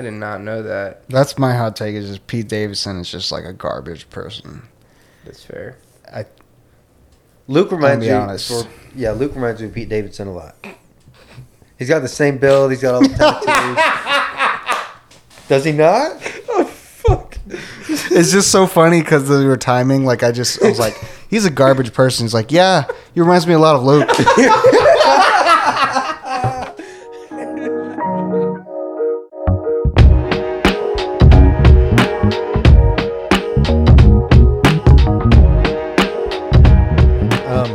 I did not know that. That's my hot take. Is just Pete Davidson is just like a garbage person. That's fair. I Luke reminds be me. honest. Or, yeah, Luke reminds me of Pete Davidson a lot. He's got the same build. He's got all the tattoos. Does he not? Oh fuck! It's just so funny because we were timing. Like I just I was like, he's a garbage person. He's like, yeah, he reminds me a lot of Luke. Um,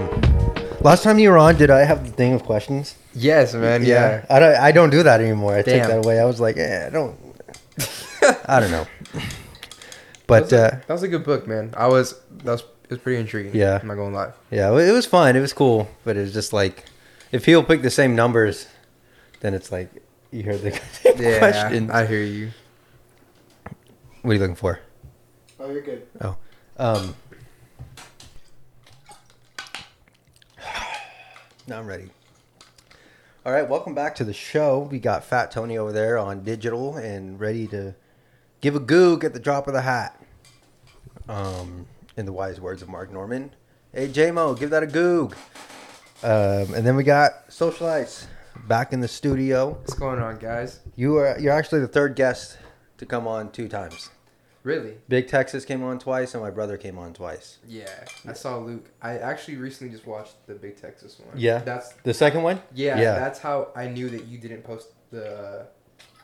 Last time you were on, did I have the thing of questions? Yes, man. Yeah. I don't. I don't do that anymore. I take Damn. that away. I was like, eh, I don't. I don't know. that, But was uh, a, that was a good book, man. I was that was it was pretty intriguing. Yeah. I'm not gonna lie. yeah, it was fun. It was cool. But it was just like, if people pick the same numbers, then it's like you hear the same Yeah, questions. I hear you. what are you looking for? Oh, you're good. Oh. Um, now I'm ready. All right, welcome back to the show. We got Fat Tony over there on digital and ready to give a goog at the drop of the hat. Um, in the wise words of Mark Norman, hey JMO, give that a goog. Um, and then we got Socialites back in the studio. What's going on, guys? You are you're actually the third guest to come on two times. Really? Big Texas came on twice, and my brother came on twice. Yeah. I saw Luke. I actually recently just watched the Big Texas one. Yeah. That's The second one? yeah. Yeah. That's how I knew that you didn't post the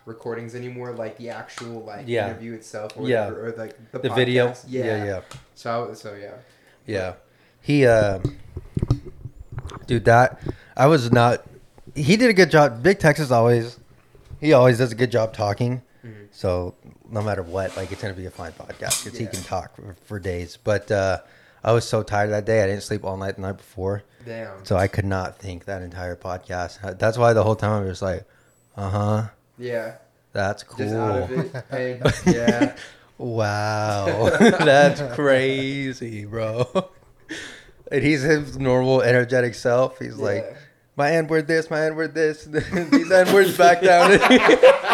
recordings anymore, like the actual like Yeah. interview itself, or Yeah. whatever, or like the, The video? podcast. Yeah, Yeah. yeah. So I, so yeah. Yeah. He, uh, dude, that, I was not, he did a good job. Big Texas always, he always does a good job talking. Mhm. So no matter what, like it's going to be a fine podcast because he Yeah. can talk for, for days. But, uh, I was so tired that day. I didn't sleep all night the night before. Damn. So I could not think that entire podcast. That's why the whole time I was like, uh huh, yeah. that's cool. Just out of it. And, yeah. Wow, that's crazy, bro. And he's his normal energetic self. He's like, Yeah. my N word this, my N word this. These N words back down.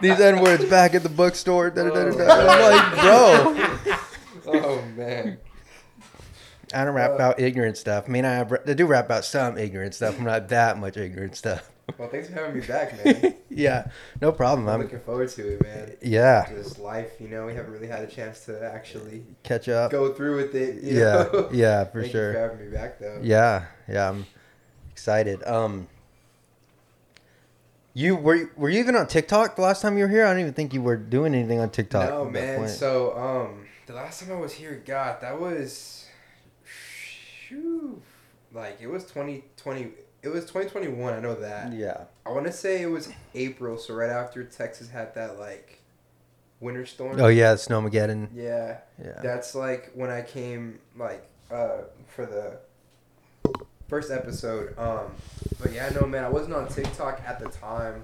These N words back at the bookstore. Da, da, da, da, da. I'm like, bro, Oh man. I don't rap about ignorant stuff. I mean, I, have- I do rap about some ignorant stuff. I'm not that much ignorant stuff. Well, thanks for having me back, man. yeah, no problem. I'm I'm, looking forward to it, man. yeah, Just life, you know. We haven't really had a chance to actually catch up. go through with it. you Uh, Yeah, know? yeah, for Thank sure. You for having me back, though. Yeah, yeah, I'm excited. Um, you were were you even on TikTok the last time you were here? I don't even think you were doing anything on TikTok. No, at that man. point. So, um, the last time I was here, God, that was, shoo, like it was twenty twenty. It was twenty twenty one. I know that. yeah, I want to say it was April, so right after Texas had that like winter storm. oh yeah, Snowmageddon. yeah. Yeah, That's like when I came like uh for the first episode. Um but yeah, no man, I wasn't on TikTok at the time.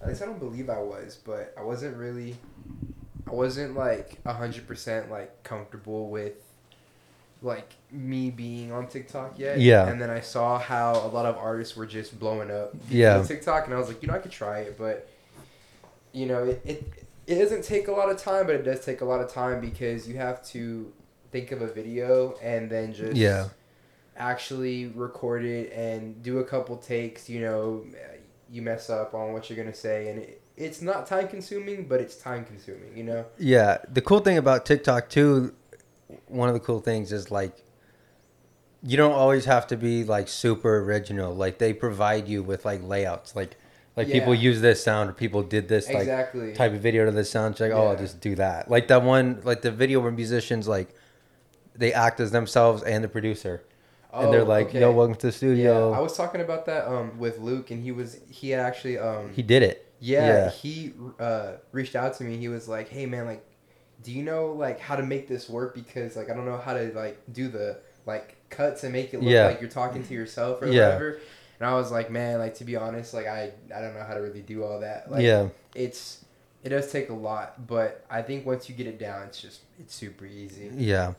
At least I don't believe I was, but I wasn't really I wasn't like hundred percent like comfortable with like me being on TikTok yet. Yeah. And then I saw how a lot of artists were just blowing up yeah, on TikTok, and I was like, you know, I could try it, but you know, it, it it doesn't take a lot of time, but it does take a lot of time because you have to think of a video and then just Yeah. actually record it and do a couple takes. You know, you mess up on what you're gonna say, and it, it's not time consuming, but it's time consuming. You know, yeah. The cool thing about TikTok too, one of the cool things is like, you don't always have to be like super original. Like they provide you with like layouts, like like people Yeah. use this sound or people did this like exactly. type of video to the sound check. Oh, I'll Yeah. just do that. Like that one, like the video where musicians like they act as themselves and the producer, and they're Oh, like, okay. "Yo, welcome to the Yeah, studio." I was talking about that um, with Luke, and he was he had actually um, he did it. Yeah, Yeah. he uh, reached out to me. He was like, "Hey, man, like, do you know like how to make this work? Because like I don't know how to like do the like cuts and make it look Yeah. like you're talking to yourself or Yeah. whatever." And I was like, "Man, like to be honest, like I I don't know how to really do all that. Like, yeah, it's it does take a lot, but I think once you get it down, it's just it's super easy. yeah.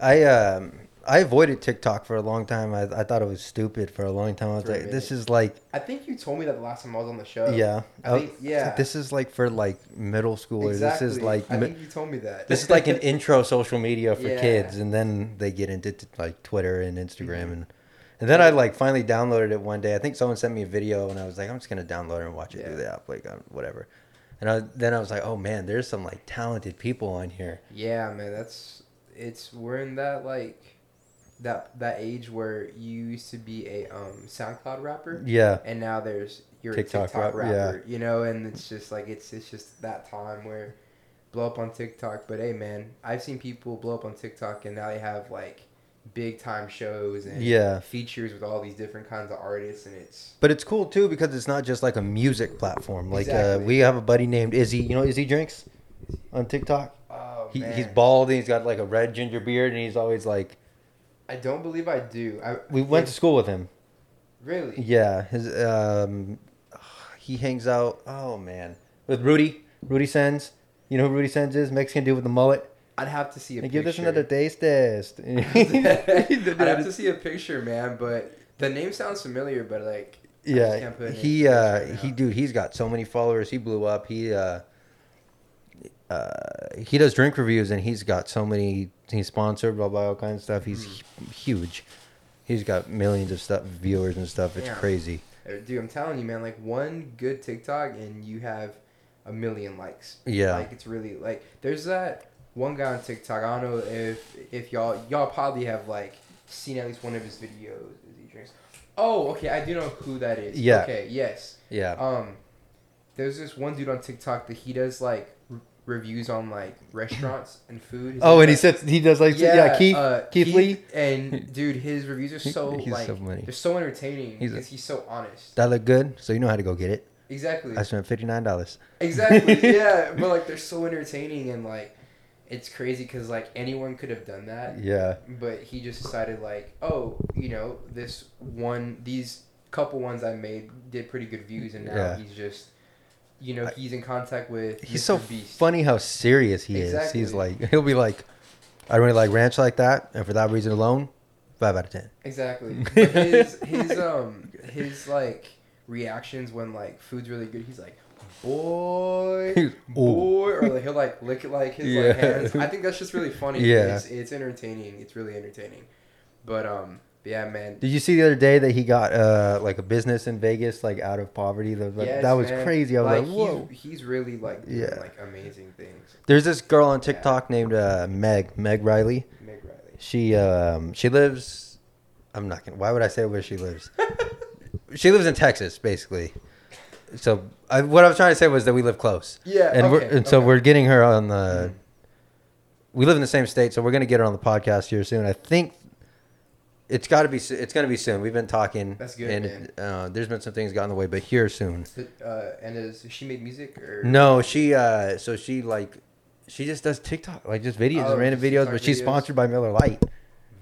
I um I avoided TikTok for a long time. I, I thought it was stupid for a long time. I was For a like, this minute. is like I think you told me that the last time I was on the show. yeah, I Oh, think- it's like, yeah. This is like for like middle schoolers. Exactly. This is like I mi- think you told me that. this is like an intro social media for Yeah. kids, and then they get into t- like Twitter and Instagram Mm-hmm. and. And then I like finally downloaded it one day. I think someone sent me a video, and I was like, "I'm just gonna download it and watch it Yeah. through the app, like um, whatever." And I, then I was like, "Oh man, there's some like talented people on here." Yeah, man, that's it's we're in that like that that age where you used to be a um SoundCloud rapper Yeah, and now there's you're TikTok a TikTok rap- yeah. rapper, you know, and it's just like it's it's just that time where blow up on TikTok, but hey man, I've seen people blow up on TikTok and now they have like big time shows and yeah. features with all these different kinds of artists and it's But it's cool too because it's not just like a music platform. Like uh, Exactly. we have a buddy named Izzy. You know Izzy drinks on TikTok. oh He, man. he's bald and he's got like a red ginger beard and he's always like. I don't believe I do. I We went to it's- school with him. really Yeah, his um, he hangs out. Oh man, with Rudy. Rudy Sens. You know who Rudy Sens is? Mexican dude with the mullet. I'd have to see a And give this picture. another taste test. I'd have to see a picture, man. But the name sounds familiar, but like, I just Yeah, can't put a he name to uh it right he now. dude, he's got so many followers. He blew up. He uh uh he does drink reviews and he's got so many he's sponsored blah blah all kinds of stuff. He's hu- Mm-hmm. huge. He's got millions of stuff viewers and stuff. It's Damn. crazy. Uh, dude, I'm telling you, man. Like one good TikTok, and you have a million likes. Yeah. like it's really like there's that one guy on TikTok. I don't know if if y'all y'all probably have like seen at least one of his videos. as he drinks. Oh, okay, I do know who that is. Yeah. Okay. Yes. Yeah. Um, there's this one dude on TikTok that he does like r- reviews on like restaurants and food. His oh, name's, and he like, says he does like yeah, Keith uh, Keith, Lee. and dude, his reviews are He- so he's like so funny. they're so entertaining He's a- because he's so honest. That look good. So you know how to go get it. Exactly, I spent fifty nine dollars. exactly, yeah. But like they're so entertaining and like it's crazy because like anyone could have done that, Yeah. but he just decided like, oh, you know, this one, these couple ones I made did pretty good views, and now Yeah. he's just, you know, he's in contact with He's Mr. so Beast. funny how serious he is. He's Exactly. like he'll be like, I really like ranch like that, and for that reason alone, five out of ten. Exactly. But his his um his like reactions when like food's really good, he's like, boy, Ooh. boy, or like, he'll like lick it like his Yeah. like, hands. I think that's just really funny. Yeah. It's, it's entertaining. It's really entertaining. But um, yeah, man. Did you see the other day that he got uh like a business in Vegas, like out of poverty? The, like, Yes, that was man. crazy. I was like, he's- whoa. He's, really like doing Yeah. like amazing things. There's this girl on TikTok named uh, Meg Meg Riley. Meg Riley. She um she lives. I'm not gonna. Why would I say where she lives? she lives in Texas, basically. So I, what I was trying to say was that we live close. Yeah, and we're okay, and so okay. Mm-hmm. we're getting her on the. We live in the same state, so we're gonna get her on the podcast here soon. I think it's got to be. so- It's gonna be soon. We've been talking. That's good, And man. Uh, there's been some things got in the way, but here soon. Uh, and is she made music or No, she. uh So she like. She just does TikTok, like just videos, Oh, random just videos, TikTok but she's videos. sponsored by Miller Lite.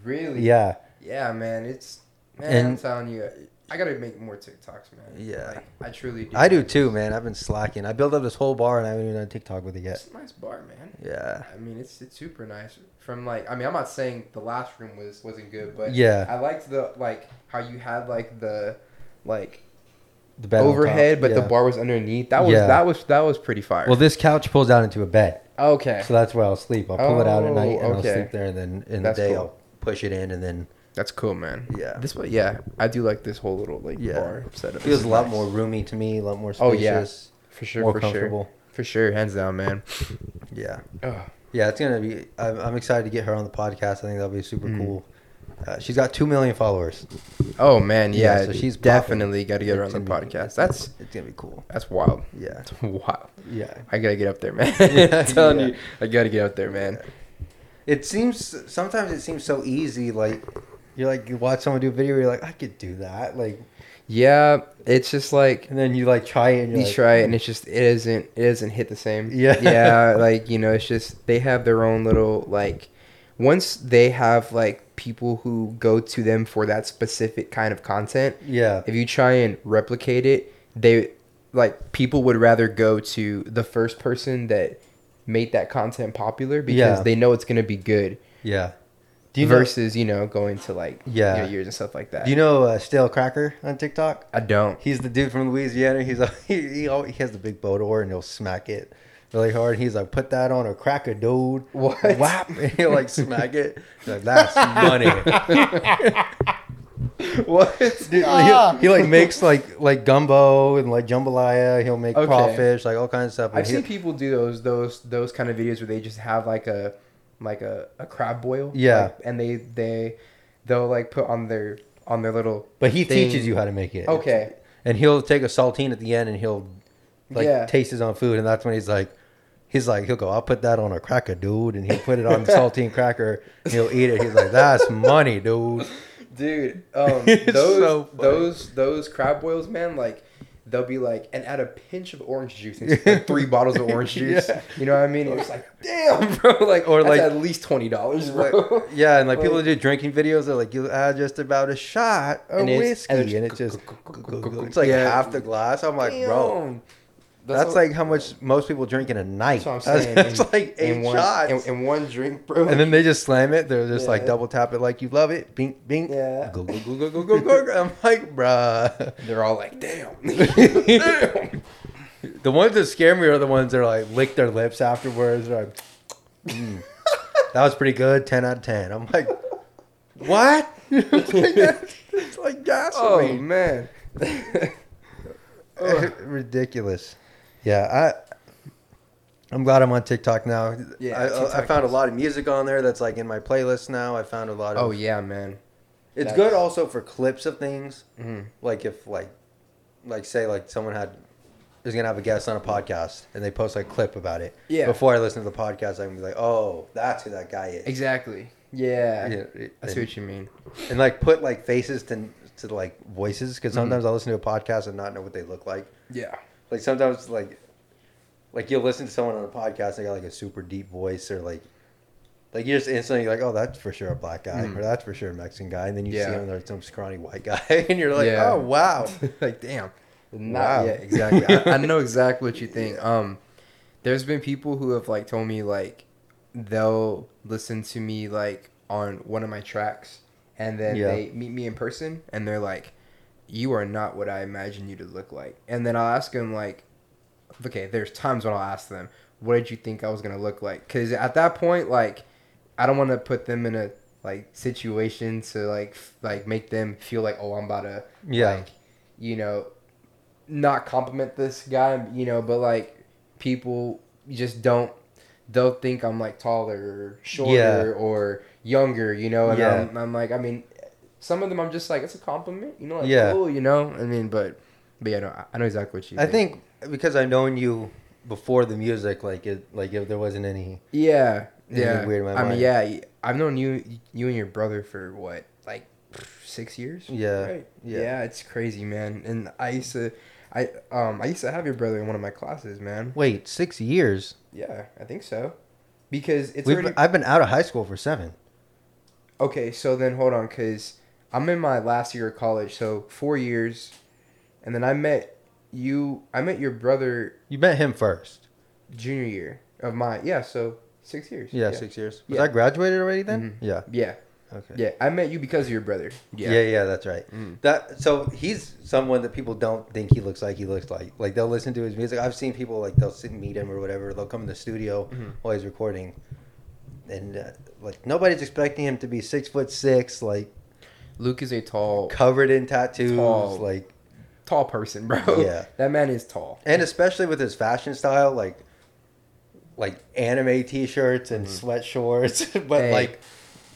Really? Yeah. Yeah, man. It's man. I'm And- telling you, I gotta make more TikToks, man. Yeah. Like, I truly do. I do too, man. I've been slacking. I built up this whole bar and I haven't even done TikTok with it yet. It's a nice bar, man. Yeah. I mean, it's it's super nice. From like, I mean, I'm not saying the last room was wasn't good, but Yeah. I liked the like how you had like the like The bed on top. overhead, but the Yeah. bar was underneath. That was Yeah. that was that was pretty fire. Well, this couch pulls out into a bed, okay, so that's where I'll sleep. I'll pull it out at Oh, night and I'll okay. sleep there, and then in That's the day cool. I'll push it in, and then that's cool, man. Yeah. this one, yeah, I do like this whole little like Yeah. bar setup. it feels It's a lot nice. more roomy to me, a lot more Oh, yeah. spacious, for sure, more for sure, comfortable. for sure, hands down, man. Yeah, Ugh. yeah. It's gonna be. I'm, I'm excited to get her on the podcast. I think that'll be super Mm. cool. Uh, she's got two million followers. Oh man, Yeah, yeah, so she's she's popping. definitely got to get her on It's the gonna be- podcast. That's It's gonna be cool. that's wild. Yeah, That's wild. yeah. I gotta get up there, man. I'm telling Yeah. you, I gotta get up there, man. It seems sometimes it seems so easy. Like you're like you watch someone do a video, you're like I could do that. Like Yeah, it's just like and then you like try it. And you you're like, try it, and it's just it isn't it doesn't hit the same. Yeah. yeah, like you know, it's just they have their own little like. Once they have like people who go to them for that specific kind of content, Yeah, if you try and replicate it, they like people would rather go to the first person that made that content popular because Yeah. they know it's gonna be good. yeah. Do you know- versus you know going to like Yeah. you know, years and stuff like that. Do you know uh, Stale Cracker on TikTok? I don't. He's the dude from Louisiana. He's al- he he, always, he has the big bow door and he'll smack it really hard. He's like, put that on a cracker, dude. What? Whap! And he'll like smack it. Like that's money. What? Dude, Ah. he, he like makes like like gumbo and like jambalaya. He'll make Okay. crawfish, like all kinds of stuff. I've And he- seen people do those those those kind of videos where they just have like a like a, a crab boil. Yeah. like, and they they they'll like put on their on their little but he thing- teaches you how to make it. Okay. and he'll take a saltine at the end and he'll like Yeah. taste his own food and that's when he's like he's like he'll go i'll put that on a cracker dude and he'll put it on the saltine cracker and he'll eat it he's like that's money dude Dude, um, It's those so funny. those those crab boils, man, like they'll be like, and add a pinch of orange juice, and it's like three bottles of orange juice. Yeah. You know what I mean? It's like, damn, bro, like Or or like like- at least twenty dollars, Like, bro. yeah and like, people that Like- do drinking videos they're like you add just about a shot of And it's- whiskey and and it's it's, just it's like Yeah. half the glass i'm like bro Damn. that's, what- like how much most people drink in a night That's what I'm That's- saying. that's, in- like eight in one, shots in, in one drink, bro. and then they just slam it. They're just like Yeah. double tap it like you love it. Bing, bing. Yeah. Go, go, go, go, go, go, go, go. I'm like, bruh. they're all like, damn, damn. The ones that scare me are the ones that are like lick their lips afterwards. They're like, "Mm, that was pretty good. 10 out of 10. I'm like, what? it's like, that- it's like Oh gasoline. man. Ugh. Ridiculous. Yeah. I. I'm glad I'm on TikTok now. Yeah, I, I- I TikTok found a is- lot of music on there that's like in my playlist now. I found a lot of oh yeah, man. It's That's- good also for clips of things. Mhm. Like if like like say like someone had is gonna have a guest on a podcast and they post like a clip about it. Yeah. Before I listen to the podcast, I can be like, oh, that's who that guy is. Exactly. Yeah. Yeah, it- I see what you Mm-hmm. mean. and like put like faces to to like voices because sometimes I listen to a podcast and not know what they look like. Yeah. Like sometimes like like you'll listen to someone on a podcast they got like a super deep voice or like like you're just instantly like oh that's for sure a black guy Mhm. or that's for sure a Mexican guy and then you Yeah. see him like some scrawny white guy and you're like Yeah. oh wow like damn not Wow. yet exactly I, I know exactly what you think um there's been people who have like told me like they'll listen to me like on one of my tracks and then Yeah. they meet me in person and they're like you are not what i imagine you to look like and then i'll ask them like okay there's times when i'll ask them what did you think i was going to look like because at that point like i don't want to put them in a like situation to like f- like make them feel like oh i'm about to Yeah. like, you know, not compliment this guy, you know, but like people just don't they'll think I'm like taller or shorter Yeah. or younger, you know, and Yeah. I'm, I'm like, I mean, some of them I'm just like it's a compliment, you know, like Yeah. cool, you know, I mean, but but yeah, no, I- I know exactly what you. I think because I've known you before the music like it like if there wasn't any yeah, Anything yeah. weird in my I mean, mind. yeah, I've known you you and your brother for what like six years. yeah Right. Yeah. yeah it's crazy, man. And I used to, I um, I used to have your brother in one of my classes, man. wait six years Yeah, I think so. Because it's We've, already I've been out of high school for seven okay. So then hold on, cause I'm in my last year of college, so four years, and then I met you. I met your brother you met him first junior year of my yeah, so six years. yeah, six years was Yeah. I graduated already then Mhm. yeah Yeah, okay yeah. I met you because of your brother. Yeah. Yeah. yeah, that's right. Mm. That so he's someone that people don't think he looks like. He looks like like they'll listen to his music. I've seen people like they'll sit and meet him or whatever. They'll come in the studio Mhm. while he's recording, and uh, like nobody's expecting him to be six foot six, like Luke is a tall, covered in tattoos, Tall. like tall person, bro. Yeah. that man is tall. and especially with his fashion style, like like anime t-shirts and sweat shorts, but Mm-hmm. Hey. like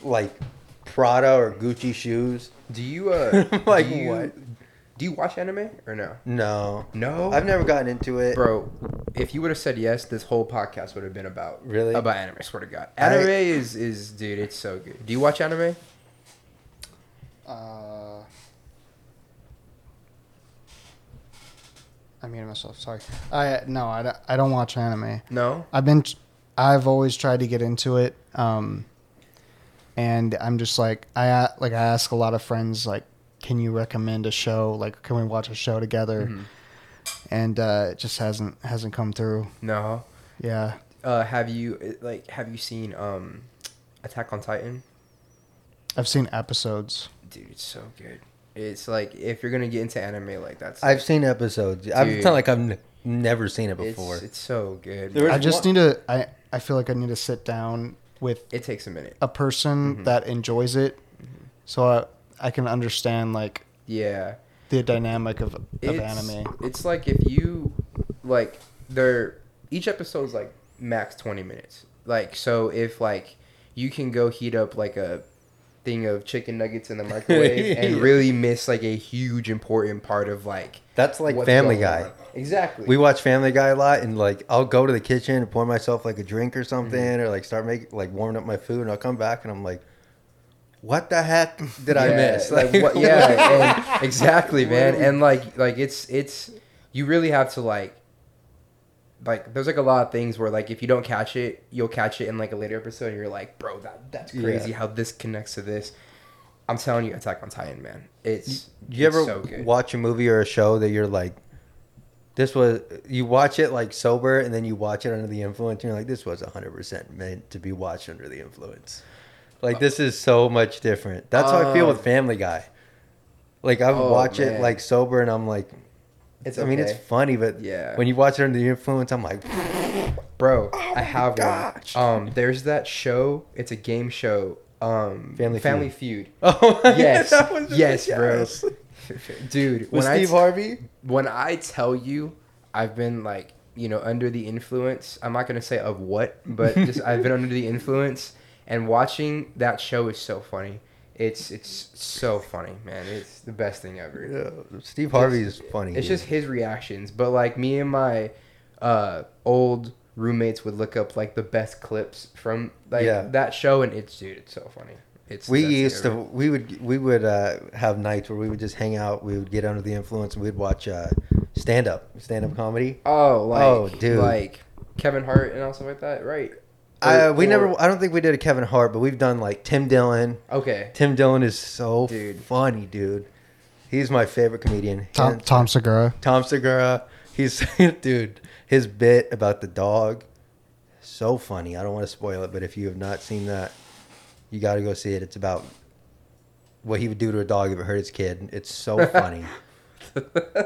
like Prada or Gucci shoes. Do you uh Like, do you, what? Do you watch anime or no? No, No, I've never gotten into it. bro. If you would have said yes, this whole podcast would have been about Really? about anime. I swear to God, I- anime is is dude, it's so good. Do you watch anime? Uh, I muted myself. Sorry. I no, I don't, I don't watch anime. No. I've been, I've always tried to get into it. Um, and I'm just like I a- like I ask a lot of friends like, can you recommend a show? Like, can we watch a show together? Mm-hmm. And uh, it just hasn't hasn't come through. No. Yeah. Uh, have you like have you seen um, Attack on Titan? I've seen episodes. Dude, it's so good. It's like if you're gonna get into anime, like that's I've seen episodes. I'm Dude. it's not like I've n- never seen it it's, before. it's so good. There- There's I just one- need to. I I feel like I need to sit down with it takes a minute. a person that enjoys it, so I I can understand like Yeah. the dynamic of of it's, anime. It's like if you like they're each episode's like max twenty minutes. Like so if like you can go heat up like a thing of chicken nuggets in the microwave and Yeah. really miss like a huge important part of like That's like what's Family going Guy. on. Exactly. We watch Family Guy a lot, and like I'll go to the kitchen and pour myself like a drink Mm-hmm. or something, or like start making like warming up my food, and I'll come back and I'm like, "What the heck did I Yeah, miss?" Like, what, yeah, and exactly, man. And like, like it's it's you really have to like, like there's like a lot of things where like if you don't catch it, you'll catch it in like a later episode. And you're like, bro, that that's Yeah. crazy how this connects to this. I'm telling you, Attack on Titan, man. It's Do you it's ever so good. watch a movie or a show that you're like, this was, you watch it like sober and then you watch it under the influence and you're like, this was 100% meant to be watched under the influence. Like, this is so much different. That's how I feel with Um, Family Guy. Like, I would oh, watch it man. like sober and I'm like, It's I mean, it's okay. funny, but Yeah. Oh when you watch it under the influence, I'm like, bro. I have gosh. one. Um, there's that show. It's a game show. Um, Family Family Feud. oh, Yes, that was just a yes, yes. bro. Dude, With I Steve t- Harvey? when I tell you I've been like, you know, under the influence, I'm not going to say of what, but just I've been under the influence and watching that show is so funny. It's it's so funny, man. It's the best thing ever. Yeah, Steve Harvey is funny. It's dude. just his reactions, but like me and my uh old roommates would look up like the best clips from like Yeah. that show and it's dude, it's so funny. It's the we best thing used to ever. we would we would uh, have nights where we would just hang out we would get under the influence and we'd watch uh, stand up stand up comedy Oh, like Oh, dude. like Kevin Hart and all stuff like that, right? uh, we Or- never i don't think we did a kevin hart but we've done like tim dillon Okay. tim dillon is so Dude. funny dude he's my favorite comedian Tom Hands- Tom Segura. Tom Segura. He's dude. His bit about the dog, so funny. I don't want to spoil it, but if you have not seen that, you got to go see it. It's about what he would do to a dog if it hurt his kid. It's so funny.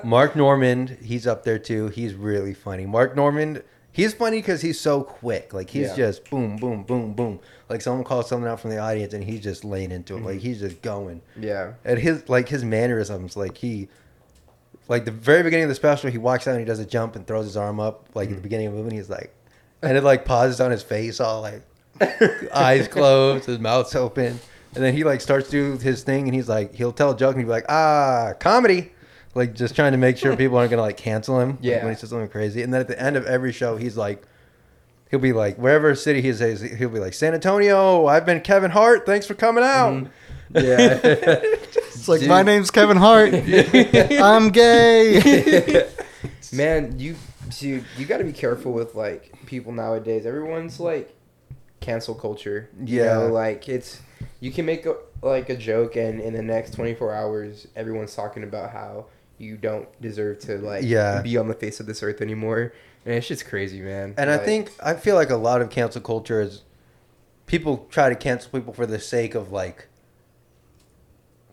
Mark Norman, he's up there too. He's really funny. Mark Norman, he's funny because he's so quick. Like he's Yeah. just boom, boom, boom, boom. Like someone calls something out from the audience and he's just laying into it. Like he's just going Yeah. and his like his mannerisms like he like the very beginning of the special he walks out and he does a jump and throws his arm up like at the beginning of the movie and he's like and it like pauses on his face all like eyes closed his mouth's open and then he like starts to do his thing and he's like he'll tell a joke and he'll be like ah comedy like just trying to make sure people aren't gonna like cancel him like, Yeah. when he says something crazy and then at the end of every show he's like he'll be like wherever city he is he'll be like san antonio i've been kevin hart thanks for coming out Yeah. It's like Dude. my name's Kevin Hart. I'm gay. Man, you dude, you got to be careful with like people nowadays. Everyone's like cancel culture. You Yeah. know, like it's you can make a, like a joke and in the next 24 hours everyone's talking about how you don't deserve to like Yeah. be on the face of this earth anymore. And it's just crazy, man. And I Like, think I feel like a lot of cancel culture is people try to cancel people for the sake of like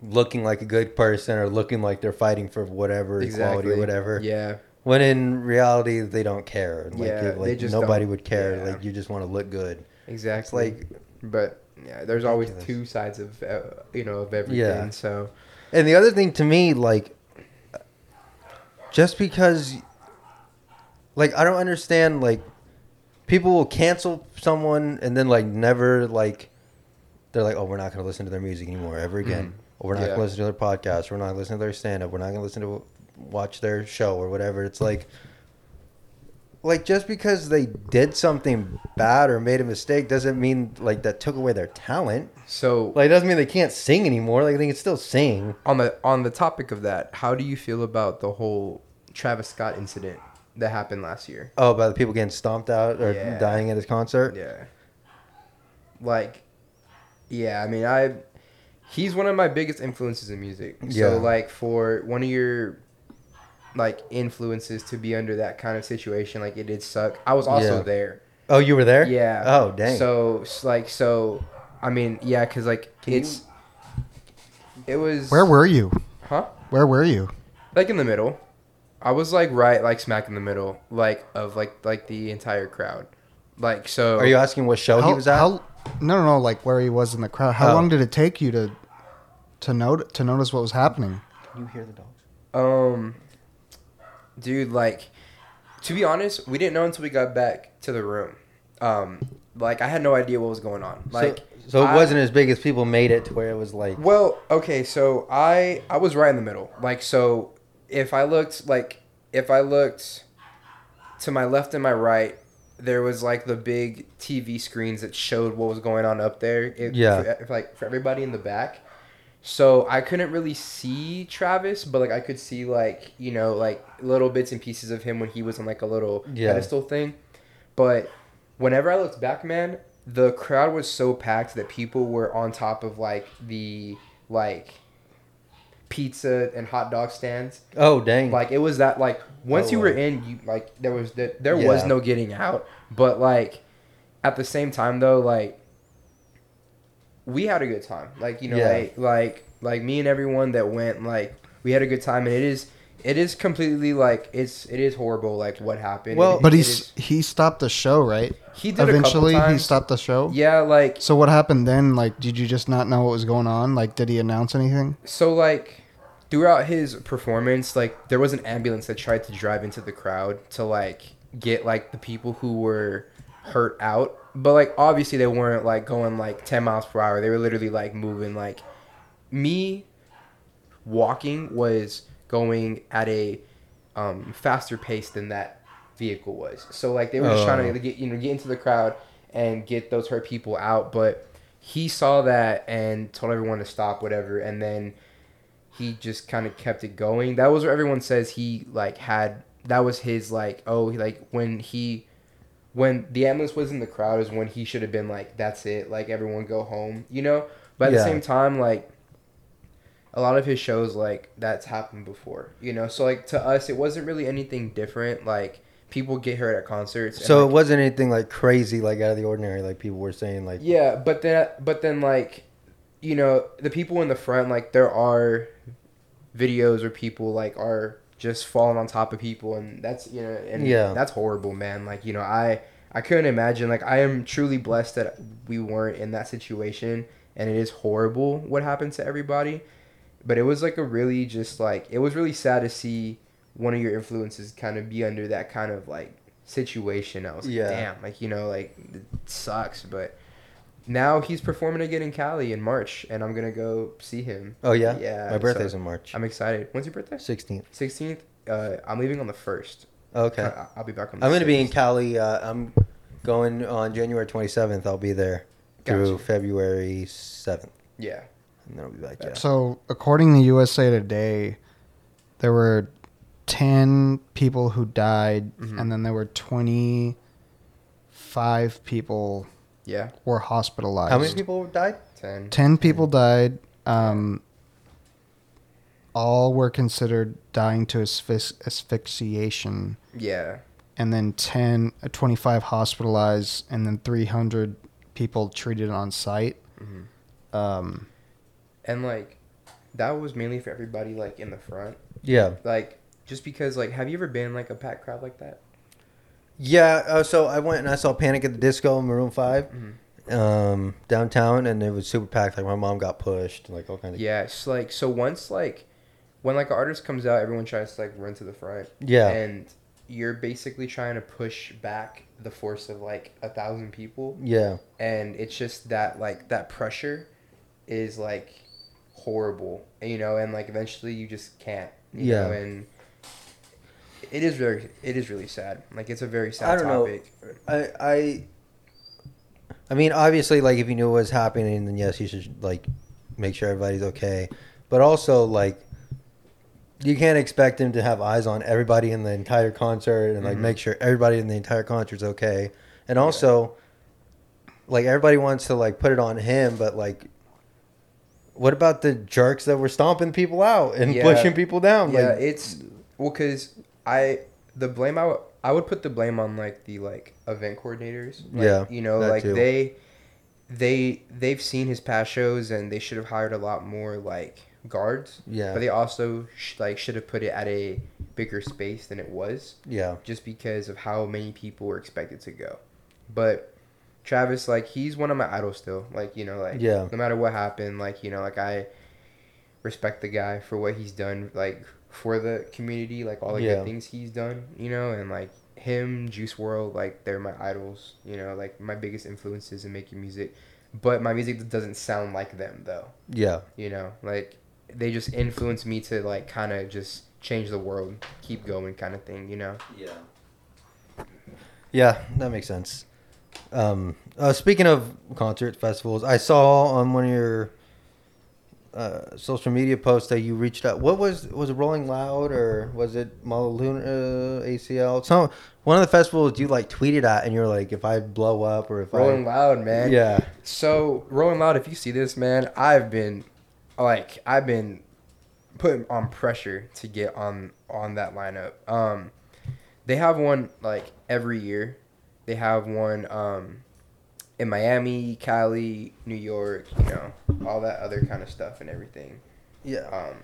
looking like a good person or looking like they're fighting for whatever equality or whatever. Yeah. When in reality, they don't care. Like, Yeah, they- they like just nobody don't- would care. yeah. Like you just want to look good. It's Exactly. like, but yeah, there's always Ridiculous. two sides of uh, you know of everything. Yeah. So and the other thing to me, like, just because, like, I don't understand. Like, people will cancel someone and then like never like they're like, oh, we're not going to listen to their music anymore ever again. Or we're not going Yeah. to listen to their podcast. We're not going to listen to their stand up. We're not going to listen to watch their show or whatever. It's like, like just because they did something bad or made a mistake doesn't mean like that took away their talent. so Like it doesn't mean they can't sing anymore. Like they can still sing. on the on the topic of that, how do you feel about the whole Travis Scott incident that happened last year? Oh, by the people getting stomped out or Yeah. dying at his concert. Yeah. Like, yeah, I mean, I, he's one of my biggest influences in music. Yeah. So like, for one of your, like influences to be under that kind of situation, like it did suck. I was also Yeah. there. Oh, you were there? Yeah. Oh, dang. So s- like so, I mean, yeah, because like you- it's It was Where were you? huh? Where were you? Like in the middle. I was like right like smack in the middle like of like like the entire crowd. Like so Are you asking what show Oh, he was at? How, no, no, no. Like where he was in the crowd. How Oh. long did it take you to to note to notice what was happening? you hear the dogs? Um, dude, like, to be honest, we didn't know until we got back to the room. Um, like, I had no idea what was going on. Like, Like, so, it I- wasn't as big as people made it to where it was like. well, okay, so I I was right in the middle. Like, so if I looked like if I looked to my left and my right, there was like the big TV screens that showed what was going on up there. If, Yeah. for- if, like for everybody in the back. So I couldn't really see Travis, but like I could see like you know like little bits and pieces of him when he was on like a little Yeah. pedestal thing. But whenever I looked back, man, the crowd was so packed that people were on top of like the like pizza and hot dog stands. Oh dang! Like it was that like once Oh, you were wow. in, you like there was that there was Yeah. no getting out. But like at the same time though, like we had a good time. Like you know, Yeah. like, like like me and everyone that went, like we had a good time, and it is it is completely like it's it is horrible like what happened. Well- It- But Oh, it he's is- he stopped the show, right? he did Eventually, a couple times. he stopped the show. Yeah, like So what happened then? Like, did you just not know what was going on? Like, did he announce anything? so like throughout his performance like there was an ambulance that tried to drive into the crowd to like get like the people who were hurt out but like obviously they weren't like going like 10 miles per hour they were literally like moving like me walking was going at a um, faster pace than that vehicle was so like they were just trying to get you know get into the crowd and get those hurt people out but he saw that and told everyone to stop whatever and then he just kind of kept it going. That was what everyone says he like had. That was his like oh he, like when he when the ambulance was in the crowd is when he should have been like that's it like everyone go home you know. But at Yeah. the same time like a lot of his shows like that's happened before you know. So like to us it wasn't really anything different. Like people get hurt at concerts. and, so like, it wasn't anything like crazy, like out of the ordinary, like people were saying, like Yeah, but then but then like you know, the people in the front like there are videos where people like are just falling on top of people and that's you know and Yeah. that's horrible, man. Like, you know, I I couldn't imagine like I am truly blessed that we weren't in that situation and it is horrible what happened to everybody. But it was like a really just like it was really sad to see one of your influences kind of be under that kind of like situation. I was like, Yeah. damn, like you know, like it sucks, but now he's performing again in Cali in March, and I'm gonna go see him. oh yeah, Yeah, My birthday's so- in March I'm excited. When's your birthday? 16th. 16th. Uh, I'm leaving on the first. Okay, I- I'll be back on. the I'm gonna be in 6th. Cali. Uh, I'm going on January 27th. I'll be there through Gotcha. February 7th, Yeah. and then I'll be back. Yeah. So according to USA Today, there were ten people who died, Mhm. and then there were twenty five people Yeah. were hospitalized. How many people died? Ten. Ten people died. Um, all were considered dying to asphyx- asphyxiation, Yeah. and then 10, uh, 25 hospitalized, and then 300 people treated on site. Mhm. Mm-hmm. Um, And like, that was mainly for everybody like in the front. Yeah. Like, just because like, have you ever been like a packed crowd like that? Yeah, uh, so I went and I saw Panic at the Disco and Maroon 5 um, downtown, and it was super packed. Like my mom got pushed, like all kinds of Yeah. It's like so once like, when like an artist comes out, everyone tries to like run to the front. yeah, And you're basically trying to push back the force of like a thousand people. yeah, and it's just that like that pressure is like horrible you know and like eventually you just can't you Yeah. know and it is very it is really sad like it's a very sad I don't know. topic I, I, I mean, obviously, like if you knew what was happening, then yes, you should like make sure everybody's okay. But also, like, you can't expect them to have eyes on everybody in the entire concert and like Mhm. make sure everybody in the entire concert's okay. And also, like everybody wants to like put it on him, but like. What about the jerks that were stomping people out and Yeah. pushing people down? yeah like, it's well because i the blame I would- I would put the blame on like the like event coordinators Like, Yeah, you know that like too. they they they've seen his past shows and they should have hired a lot more like guards. Yeah. But they also sh- like should have put it at a bigger space than it was, Yeah. just because of how many people were expected to go. But Travis, like, he's one of my idols still. Like, you know, like, Yeah. no matter what happened, like, you know, like I respect the guy for what he's done, like for the community, like all the Yeah. good things he's done, you know, and like him, Juice World, like they're my idols, you know, like my biggest influences in making music. But my music doesn't sound like them though Yeah. you know like they just influenced me to like kind of just change the world keep going kind of thing you know Yeah. Yeah, that makes sense. Um, uh, speaking of concert festivals, I saw on one of your uh, social media posts that you reached out. What was was it Rolling Loud or was it Maluna uh, ACL? Some one of the festivals you like tweeted at, and you're like, if I blow up or if rolling I, loud man yeah, so rolling loud if you see this man i've been like i've been putting on pressure to get on on that lineup um they have one like every year they have one um in miami cali new york you know all that other kind of stuff and everything yeah, um,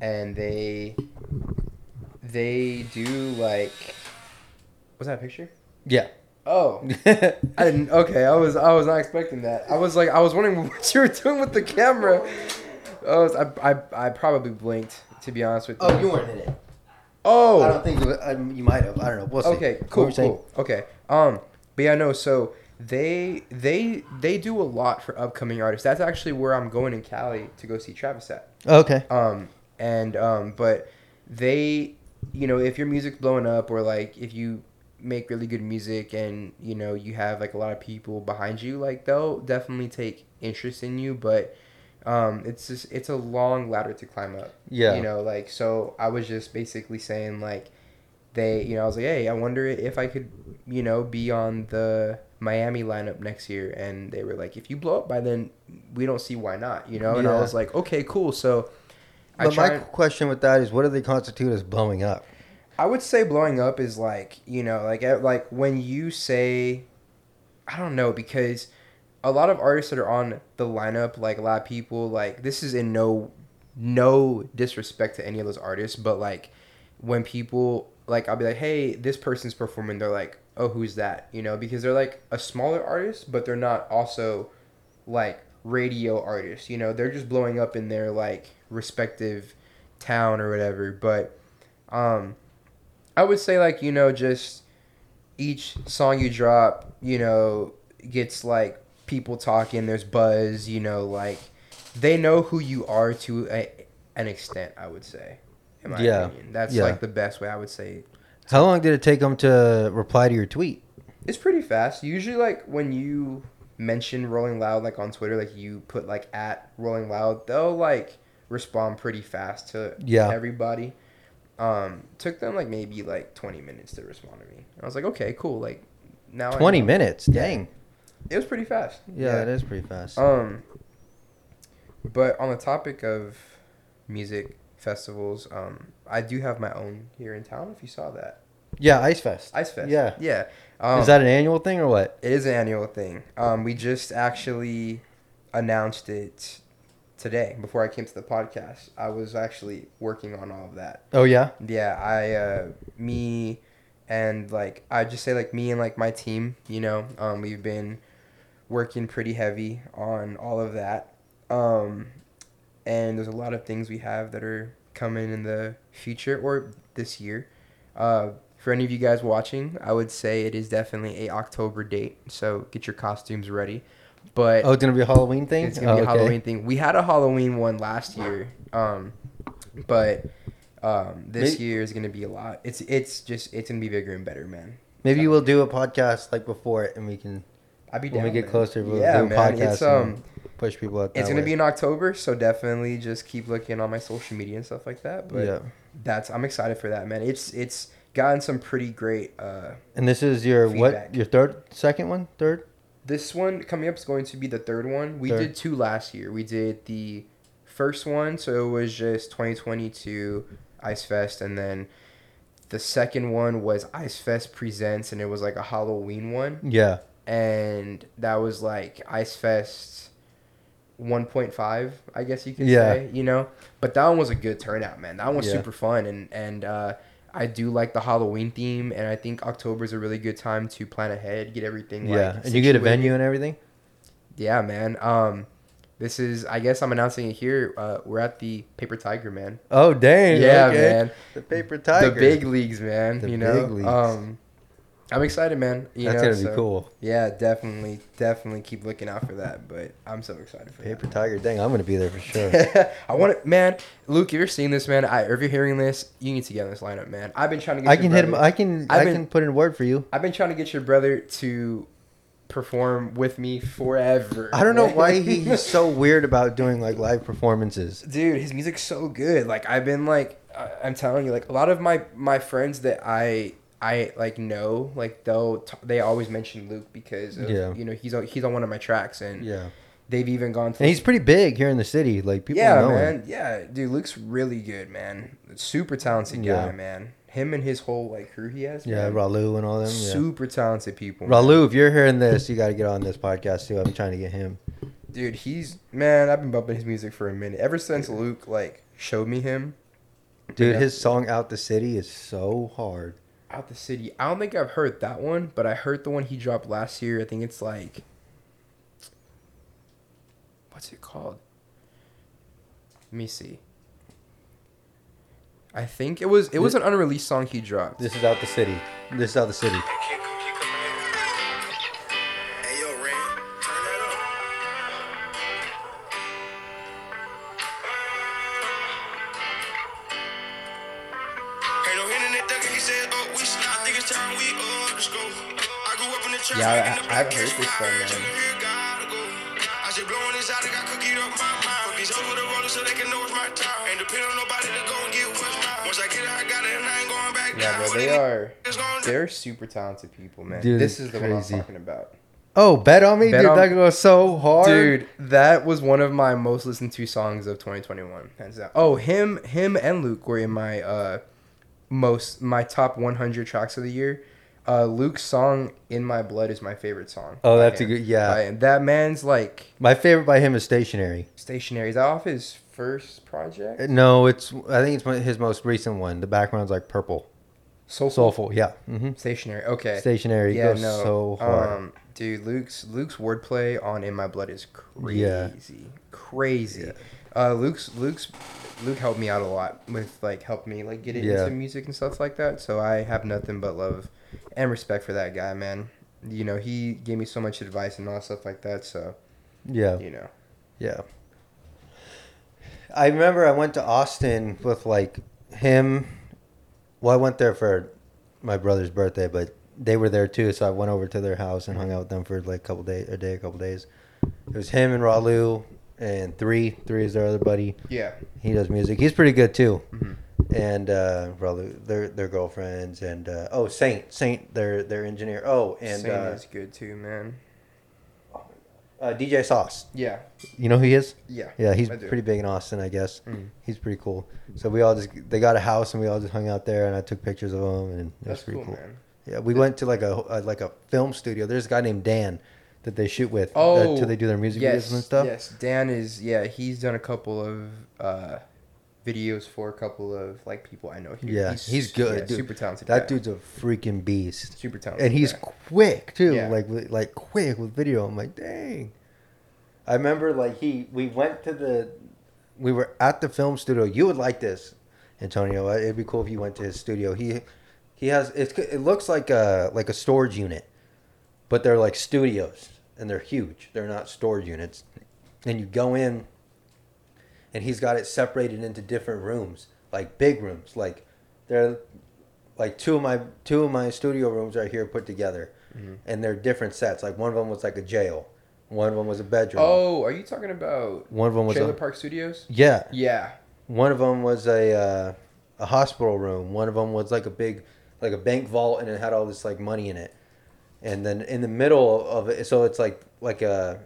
and they they do like was that a picture? yeah. Oh, I didn't. Okay, I was I was not expecting that. I was like I was wondering what you were doing with the camera. Oh, I, I, I probably blinked to be honest with you. oh, you weren't in it. I Oh, don't think it was, I, you might have. I don't know. We'll see. okay, What were cool, you saying? cool. Okay, um, but yeah, no. So they they they do a lot for upcoming artists. That's actually where I'm going in Cali to go see Travis at. Okay. um and um but they you know if your music's blowing up or like if you make really good music and you know you have like a lot of people behind you like they'll definitely take interest in you but um it's just it's a long ladder to climb up Yeah. you know like so i was just basically saying like they you know i was like hey i wonder if i could you know be on the miami lineup next year and they were like if you blow up by then we don't see why not you know and i Yeah. was like okay cool so i But my try question with that is, what do they constitute as blowing up? i would say blowing up is like you know like eh, like when you say i don't know because a lot of artists that are on the lineup like a lot of people like this is in no no disrespect to any of those artists but like when people like I'll be like, hey, this person's performing, they're like, oh, who's that? You know, because they're like a smaller artist, but they're not also like radio artists. You know, they're just blowing up in their like respective town or whatever. But um, I would say like you know just each song you drop, you know, gets like people talking. There's buzz. You know, like they know who you are to a, an extent. I would say. In my Yeah. opinion. That's Yeah. like the best way I would say. How long did it take them to reply to your Oh, tweet? It's pretty fast. Usually, like when you mention Rolling Loud, like on Twitter, like you put like at Rolling Loud, they'll like respond pretty fast to Yeah. everybody. Um, took them like maybe like twenty minutes to respond to me. I was like, okay, cool. Like now I Twenty know. minutes. Dang. It was pretty fast. Yeah, Oh, that is pretty fast. Um, but on the topic of music festivals, um, I do have my own here in town. If you saw that yeah, Ice Fest. Ice Fest, Yeah. yeah. Um, is that an annual thing or what? It is an annual thing. Um, we just actually announced it today before I came to the podcast. I was actually working on all of that. Oh yeah. Yeah, I, uh, me, and like I just say like me and like my team. You know, um, we've been working pretty heavy on all of that. Um, and there's a lot of things we have that are coming in the future or this year. Uh, for any of you guys watching, I would say it is definitely a October date, so get your costumes ready. But Oh, it's gonna be a Halloween thing. it's gonna Oh, be a okay. Halloween thing. We had a Halloween one last year, um, but um, this May- year is gonna be a lot. It's it's just it's gonna be bigger and better, man. Maybe we'll do a podcast like before it, and we can I'd be when down, we get man. closer, we'll yeah, do a man. podcast. It's um, and push people out. it's that gonna way. be in October, so definitely just keep looking on my social media and stuff like that. But yeah. that's I'm excited for that, man. It's it's gotten some pretty great. Uh, And this is your what? Feedback. Your third, second one, third? this one coming up is going to be the third one. We Third. did two last year. We did the first one, so it was just 2022 Ice Fest, and then the second one was Ice Fest Presents, and it was like a Halloween one, Yeah. and that was like Ice Fest 1.5, I guess you could Yeah. say, you know. But that one was a good turnout, man. That one was Yeah. super fun, and and uh, I do like the Halloween theme, and I think October is a really good time to plan ahead, get everything. yeah, like, and you get a situated. venue and everything. Yeah, man. Um, this is I guess I'm announcing it here. Uh, we're at the Paper Tiger, man. Oh dang! yeah, okay. man. The paper tiger. The big leagues, man. The you know, big leagues. um, I'm excited, man. You know, That's gonna so- be cool. Yeah, definitely, definitely keep looking out for that. But I'm so excited for Paper tiger. Dang, I'm gonna be there for sure. that. I want it, man. Luke, if you're seeing this, man, I, or if you're hearing this, you need to get on this lineup, man. I've been trying to get. I your can hit him. brother- I can. I've i been- can put in a word for you. I've been trying to get your brother to perform with me forever. I don't know man. why he- he's so weird about doing like live performances. dude his music's so good like i've been like I- i'm telling you like a lot of my my friends that i i like know like they'll t- they always mention luke because of, Yeah. you know he's on he's on one of my tracks and Yeah, they've even gone to and he's pretty big here in the city. Like people yeah know man him. yeah dude luke's really good man super talented guy Yeah. man him and his whole like crew he has Yeah, man. Ralu and all them. Yeah. super talented people man. Ralu, if you're hearing this, you got to get on this podcast too. I'm trying to get him. dude he's man i've been bumping his music for a minute ever since luke like showed me him Dude, Yeah. his song "Out the City" is so hard. Out the City. I don't think I've heard that one, but I heard the one he dropped last year. I think it's like what's it called? Let me see. I think it was it was an unreleased song he dropped. This is "Out the City." This is "Out the City." Hey yo, Ren, turn that up. Hey, no internet ducking, he said, oh, we should. I think it's time we up to school. I grew up in the church. Yeah, I- making the I've black heard kids this cry, one, I heard man. you here, gotta go. I said, blowing this out, I got cookied up my mind. Fuck these over the roller so they can know it's my time. Ain't depend on nobody to go and get what's mine. Once I get it, I got it, and I ain't going back Yeah, down. bro, What they these are niggas gonna do? they're super talented people, man. Dude, this is it's the one I was crazy. talking about. Oh, bet on me, Bet dude. on- That goes so hard, Dude, that was one of my most listened to songs of 2021. Hands down. Oh, him, him, and Luke were in my uh most my top 100 tracks of the year. Uh, Luke's song "In My Blood" is my favorite song. Oh, by that's a him. good- yeah. By him. that man's like My favorite by him is "Stationary." stationary. Is that off his first project? No, it's. I think it's one- his most recent one. The background's like purple, Soulful, soulful. Yeah. hmm stationary. Okay, Stationary. Yeah, yeah, goes no. so hard. Um, dude, Luke's Luke's wordplay on "In My Blood" is crazy, Yeah. crazy. Uh, Luke's Luke's Luke helped me out a lot with like helped me like get it Yeah. into music and stuff like that. So I have nothing but love and respect for that guy, man. You know, he gave me so much advice and all that stuff like that. So yeah. you know, Yeah. I remember I went to Austin with like him. Well, I went there for my brother's birthday, but they were there too, so I went over to their house and hung out with them for like a couple days, a day, a couple days. It was him and Ralu and three. Three is their other buddy. yeah, He does music. He's pretty good too. Mhm. And uh, Ralu, their their girlfriends, and uh, oh Saint, Saint, their their engineer. Oh, and and uh, is good too, man. uh, DJ Sauce. Yeah, You know who he is? yeah, Yeah, he's I do. pretty big in Austin, I guess. Mm. He's pretty cool. So we all just they got a house and we all just hung out there and I took pictures of them and it was That's pretty cool, cool. man. Yeah, we went to like a, a like a film studio. There's a guy named Dan that they shoot with Oh, until they do their music videos and stuff. Yes, Dan is. Yeah, he's done a couple of uh, videos for a couple of like people I know. He- Yeah, he's good, dude. super talented. That guy. dude's a freaking beast. super talented, and he's guy. quick too, Yeah. like with, like quick with video. I'm like, dang. I remember like he we went to the we were at the film studio. You would like this, Antonio. Uh, It'd be cool if you went to his studio. He he has it's it looks like a like a storage unit, but they're like studios and they're huge. They're not storage units, and you go in, and he's got it separated into different rooms, like big rooms, like they're like two of my two of my studio rooms right here put together, Mm-hmm. and they're different sets. Like one of them was like a jail, one of them was a bedroom, Oh, are you talking about one of them was Trailer a, Park Studios? yeah, Yeah, one of them was a uh, a hospital room. One of them was like a big like a bank vault, and it had all this like money in it. And then in the middle of it, so it's like like a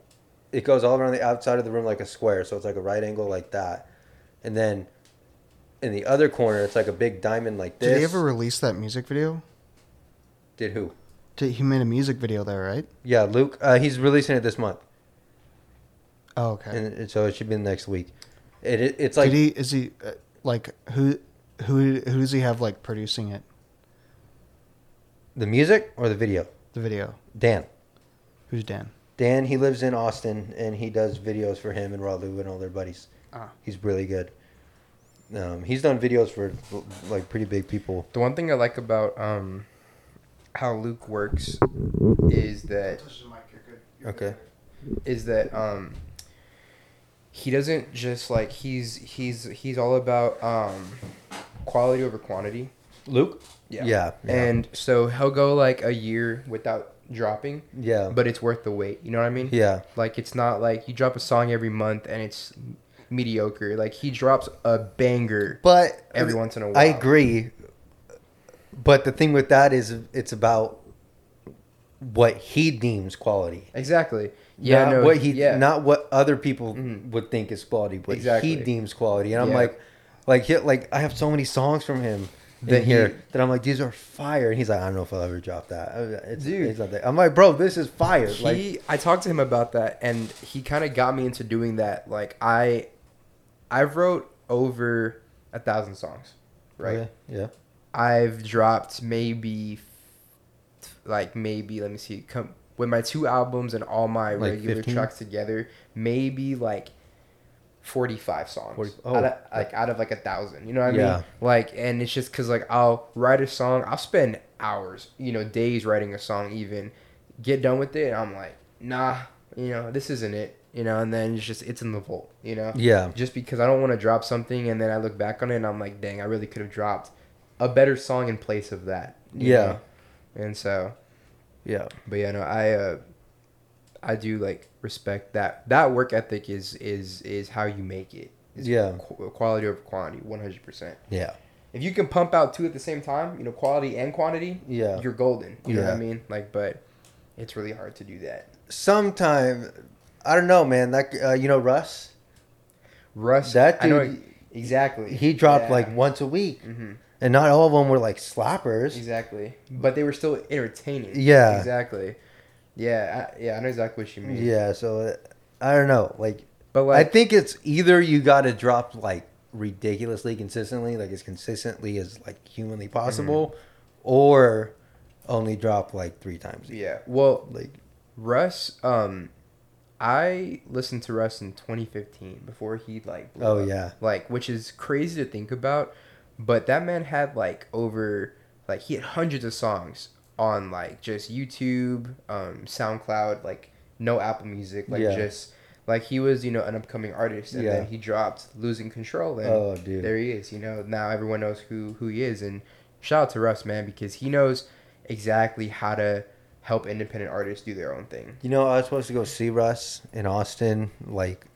it goes all around the outside of the room like a square, so it's like a right angle like that. And then in the other corner, it's like a big diamond like this. Did they ever release that music video? Did who? Did, he made a music video there, right? Yeah, Luke. Uh, he's releasing it this month. Oh, okay. and it- so it should be next week. It, it it's like Did he? Is he uh, like who? Who? Who does he have like producing it? the music or the video. The video. Dan, Who's Dan? Dan, he lives in Austin and he does videos for him and Ralu and all their buddies. Ah. He's really good. Um, he's done videos for like pretty big people. The one thing I like about um, how Luke works is that Okay. is that um, he doesn't just like he's he's he's all about um, quality over quantity. Luke. Yeah. Yeah. And so he'll go like a year without dropping, yeah. but it's worth the wait. You know what I mean? yeah. Like it's not like you drop a song every month and it's mediocre. Like he drops a banger But every once in a while. I agree. But the thing with that is it's about what he deems quality. Exactly. Yeah, Yeah. no, what he yeah. not what other people Mhm. would think is quality, but Exactly. he deems quality. And I'm Yeah. like, like he, like I have so many songs from him That that he- here that I'm like, these are fire. And he's like, I don't know if I'll ever drop that. I- It's, Dude. it's not that. I'm like, bro, this is fire. like, he I talked to him about that and he kind of got me into doing that. Like I I wrote over a thousand songs, right? Okay, Yeah. I've dropped maybe like maybe let me see come with my two albums and all my Like regular 15? tracks together, maybe like 45 songs 40 out of, oh. like out of like a thousand you know what i Yeah. mean like and it's just because like i'll write a song i'll spend hours you know days writing a song even get done with it and i'm like nah you know this isn't it you know and then it's just it's in the vault you know Yeah. just because i don't want to drop something and then i look back on it and i'm like dang i really could have dropped a better song in place of that you Yeah. know? and so Yeah. but yeah, no, I uh, I do like respect that. That work ethic is is is how you make it. Is Yeah. qu- quality over quantity, one hundred percent. Yeah. If you can pump out two at the same time, you know, quality and quantity, Yeah. you're golden. You know what I Yeah. mean? Like, but it's really hard to do that. Sometime, I don't know, man. That uh, you know, Russ. Russ, That I know dude- exactly. He dropped Yeah. like once a week, Mhm. and not all of them were like slappers. exactly, but they were still entertaining. Yeah. exactly. Yeah, I, yeah, I know exactly what you mean. Yeah, so uh, I don't know. Like, but like I think it's either you got to drop like ridiculously consistently, like as consistently as like humanly possible, or only drop like three times. a year. yeah, well, Like, Russ, um, I listened to Russ in 2015 before he like blew oh up. yeah, like which is crazy to think about, but that man had like over like he had hundreds of songs on like just YouTube, um, SoundCloud, like no Apple Music, like Yeah. just like he was you know an upcoming artist, and then Yeah. he dropped Losing Control, and oh dude, there he is. You know, now everyone knows who who he is, and shout out to Russ, man, because he knows exactly how to help independent artists do their own thing. You know, I was supposed to go see Russ in Austin like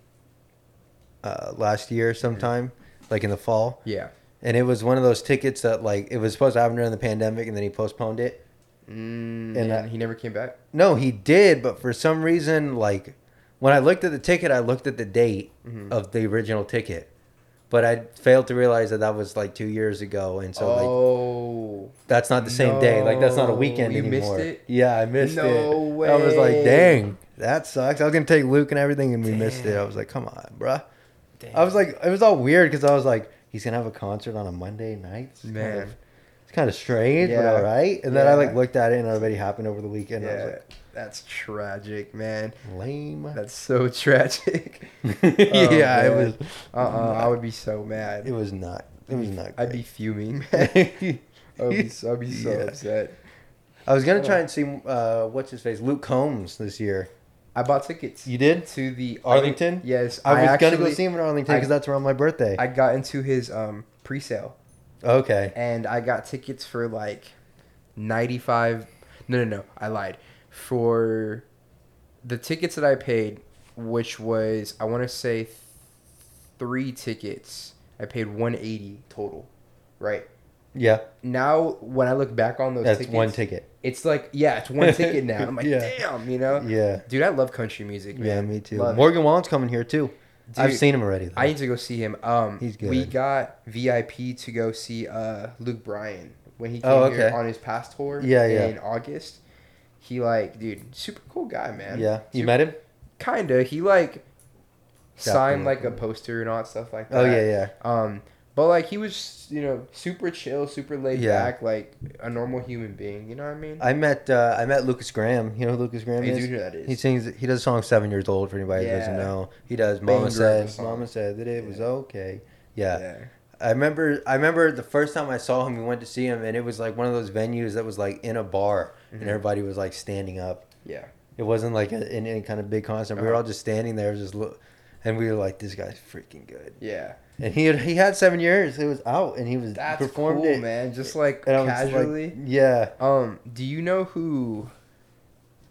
uh, last year sometime, like in the fall. Yeah. And it was one of those tickets that like it was supposed to happen during the pandemic and then he postponed it. Mm, and And that- he never came back. No, he did, but for some reason, like when I looked at the ticket, I looked at the date Mhm. of the original ticket, but I failed to realize that that was like two years ago, and so like oh, that's not the same day. Like that's not a No, weekend you missed anymore. it? Yeah, I missed No it. I was like, way. dang, that sucks. I was gonna take Luke and everything, and we missed it. I was like, come on, bruh. I was like, it was all weird because I was like, he's gonna have a concert on a Monday night. It's kind Man. of- it's kind of strange, but Yeah. all right. And then I like Yeah. looked at it, and it already happened over the weekend. and I was yeah, that's tragic, man. like, lame. That's so tragic. yeah, Oh, man. it was. Uh, uh I would be so mad. It was not. It was not. I'd be fuming. man. great. I would be so, I'd be so Yeah. upset. I was gonna try and see uh, what's his face, Luke Combs this year. I bought tickets You did to the Arlington. Yes, I was actually, gonna go see him in Arlington because I- that's around my birthday. I got into his um pre-sale. okay. and I got tickets for like ninety five. No, no, no, I lied. For the tickets that I paid, which was I want to say th- three tickets, I paid one eighty total. Right Yeah, now, when I look back on those, that's tickets, one ticket. It's like yeah, it's one ticket now. I'm like, Yeah. damn, you know, Yeah. dude, I love country music. Man. Yeah, me too. Love it. Morgan Wallen's coming here too. I've Dude, seen him already. Though. I need to go see him. Um, He's We good. got VIP to go see uh, Luke Bryan when he came Oh, here okay. on his past tour. Yeah, yeah. In August, he like, dude, super cool guy, man. yeah, you Super- met him. Kinda. He like sign Definitely. like a poster and all that stuff like that. Oh yeah, yeah. Um, but like he was, you know, super chill, super laid Yeah. back, like a normal human being. You know what I mean? I met uh, I met Lucas Graham. You know who Lucas Graham I do is? know who that is. He sings. He does a song "Seven Years Old" for anybody that doesn't Yeah. know. He does. Banger Mama of a said. song. Mama said that it was Yeah. okay. Yeah. I remember. I remember the first time I saw him. We went to see him, and it was like one of those venues that was like in a bar, Mhm. and everybody was like standing up. Yeah. It wasn't like a, in any kind of big concert. We were Uh-huh. all just standing there, just look, and we were like, "This guy's freaking good." Yeah. And he had, he had seven years. It was out, and he was That's performed cool, it, man. Just like And I was just like, casually. yeah, um, do you know who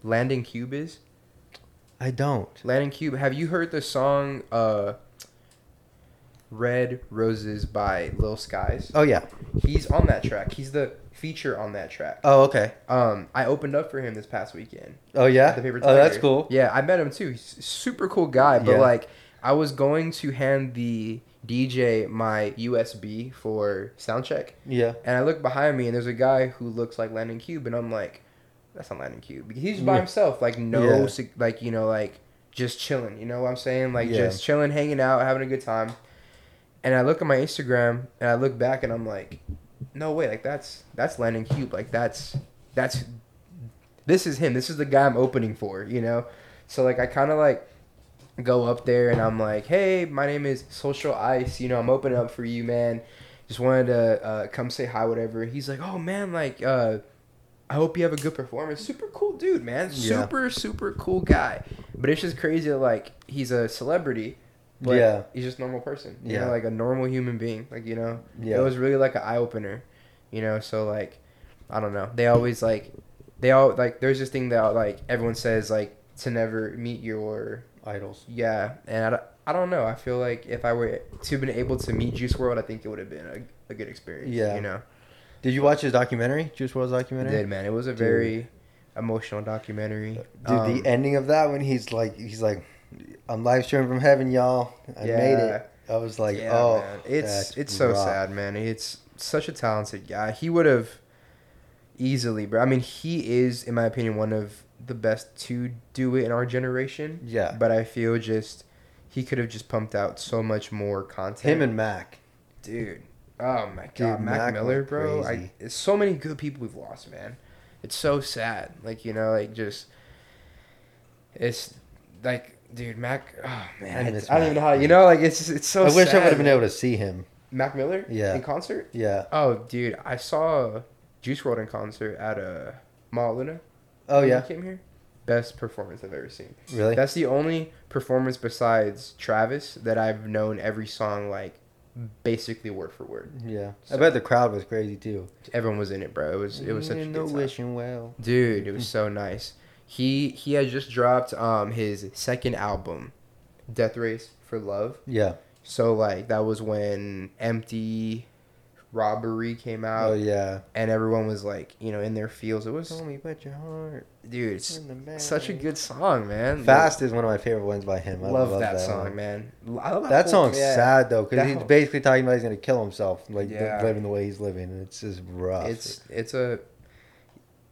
Landon Cube is? I don't. Landon Cube. Have you heard the song uh Red Roses by Lil Skies? Oh yeah. He's on that track. He's the feature on that track. Oh okay. Um I opened up for him this past weekend. Oh yeah. at the paper oh, that's tiger. cool. Yeah, I met him too. He's a super cool guy, but Yeah. like I was going to hand the DJ my USB for sound check, Yeah. and I look behind me and there's a guy who looks like Landon Cube, and I'm like, that's not Landon Cube because he's just by Yeah. himself, like no, Yeah. sig- like you know, like just chilling. You know what I'm saying? Like Yeah. just chilling, hanging out, having a good time. And I look at my Instagram and I look back and I'm like, no way, like that's that's Landon Cube, like that's that's this is him. This is the guy I'm opening for, you know? So like I kind of like go up there and I'm like, "Hey, my name is Social Ice. You know, I'm opening up for you, man. Just wanted to uh, come say hi whatever." He's like, "Oh, man, like uh I hope you have a good performance." Super cool dude, man. Yeah. Super super cool guy. But it's just crazy that, like he's a celebrity. But Yeah. he's just a normal person. You Yeah. know, like a normal human being. Like, you know, Yeah. it was really like an eye opener, you know. So like, I don't know. They always like, they all like. There's this thing that like everyone says like to never meet your Idols. yeah. And I, don't- I don't know. I feel like if I were to have been able to meet Juice World, I think it would have been a, a good experience. Yeah. you know. Did you watch his documentary, Juice WRLD's I documentary? did man. It was a very emotional documentary. Dude, Um, the ending of that when he's like, he's like, I'm live streaming from heaven, y'all. I made Yeah. it. I was like, yeah, oh, man. it's that's it's so rock. sad, man. It's such a talented guy. He would have easily, bro. I mean, he is, in my opinion, one of the best to do it in our generation. Yeah. But I feel just he could have just pumped out so much more content. Him and Mac. dude, oh my god, Dude, Mac, Mac Miller, went bro. I, crazy. it's so many good people we've lost, man. It's so sad. Like you know, like just it's like. Dude, Mac, oh man, I I, miss I don't even Mac, know how. You man. know, like it's just, it's so. I wish I sad, would have been man. able to see him. Mac Miller? Yeah. In concert? Yeah. Oh, dude, I saw Juice World in concert at uh, Mall Luna. Oh when yeah. He came here. Best performance I've ever seen. Really? That's the only performance besides Travis that I've known every song like basically word for word. yeah. So- I bet the crowd was crazy too. Everyone was in it, bro. It was it was such a In good the time. wishing well. Dude, it was Mm. so nice. He he had just dropped um his second album, Death Race for Love. Yeah. So like that was when Empty Robbery came out. Oh yeah. and everyone was like, you know, in their fields. It was, Tell me about your heart. dude, it's in the back. such a good song, man. Fast is one of my favorite ones by him. I love, love, that, song, one. man. I love That whole- song's yeah. sad though, That because he's whole- basically talking about he's gonna kill himself, like the- Yeah. living the way he's living, and it's just rough. It's it's a,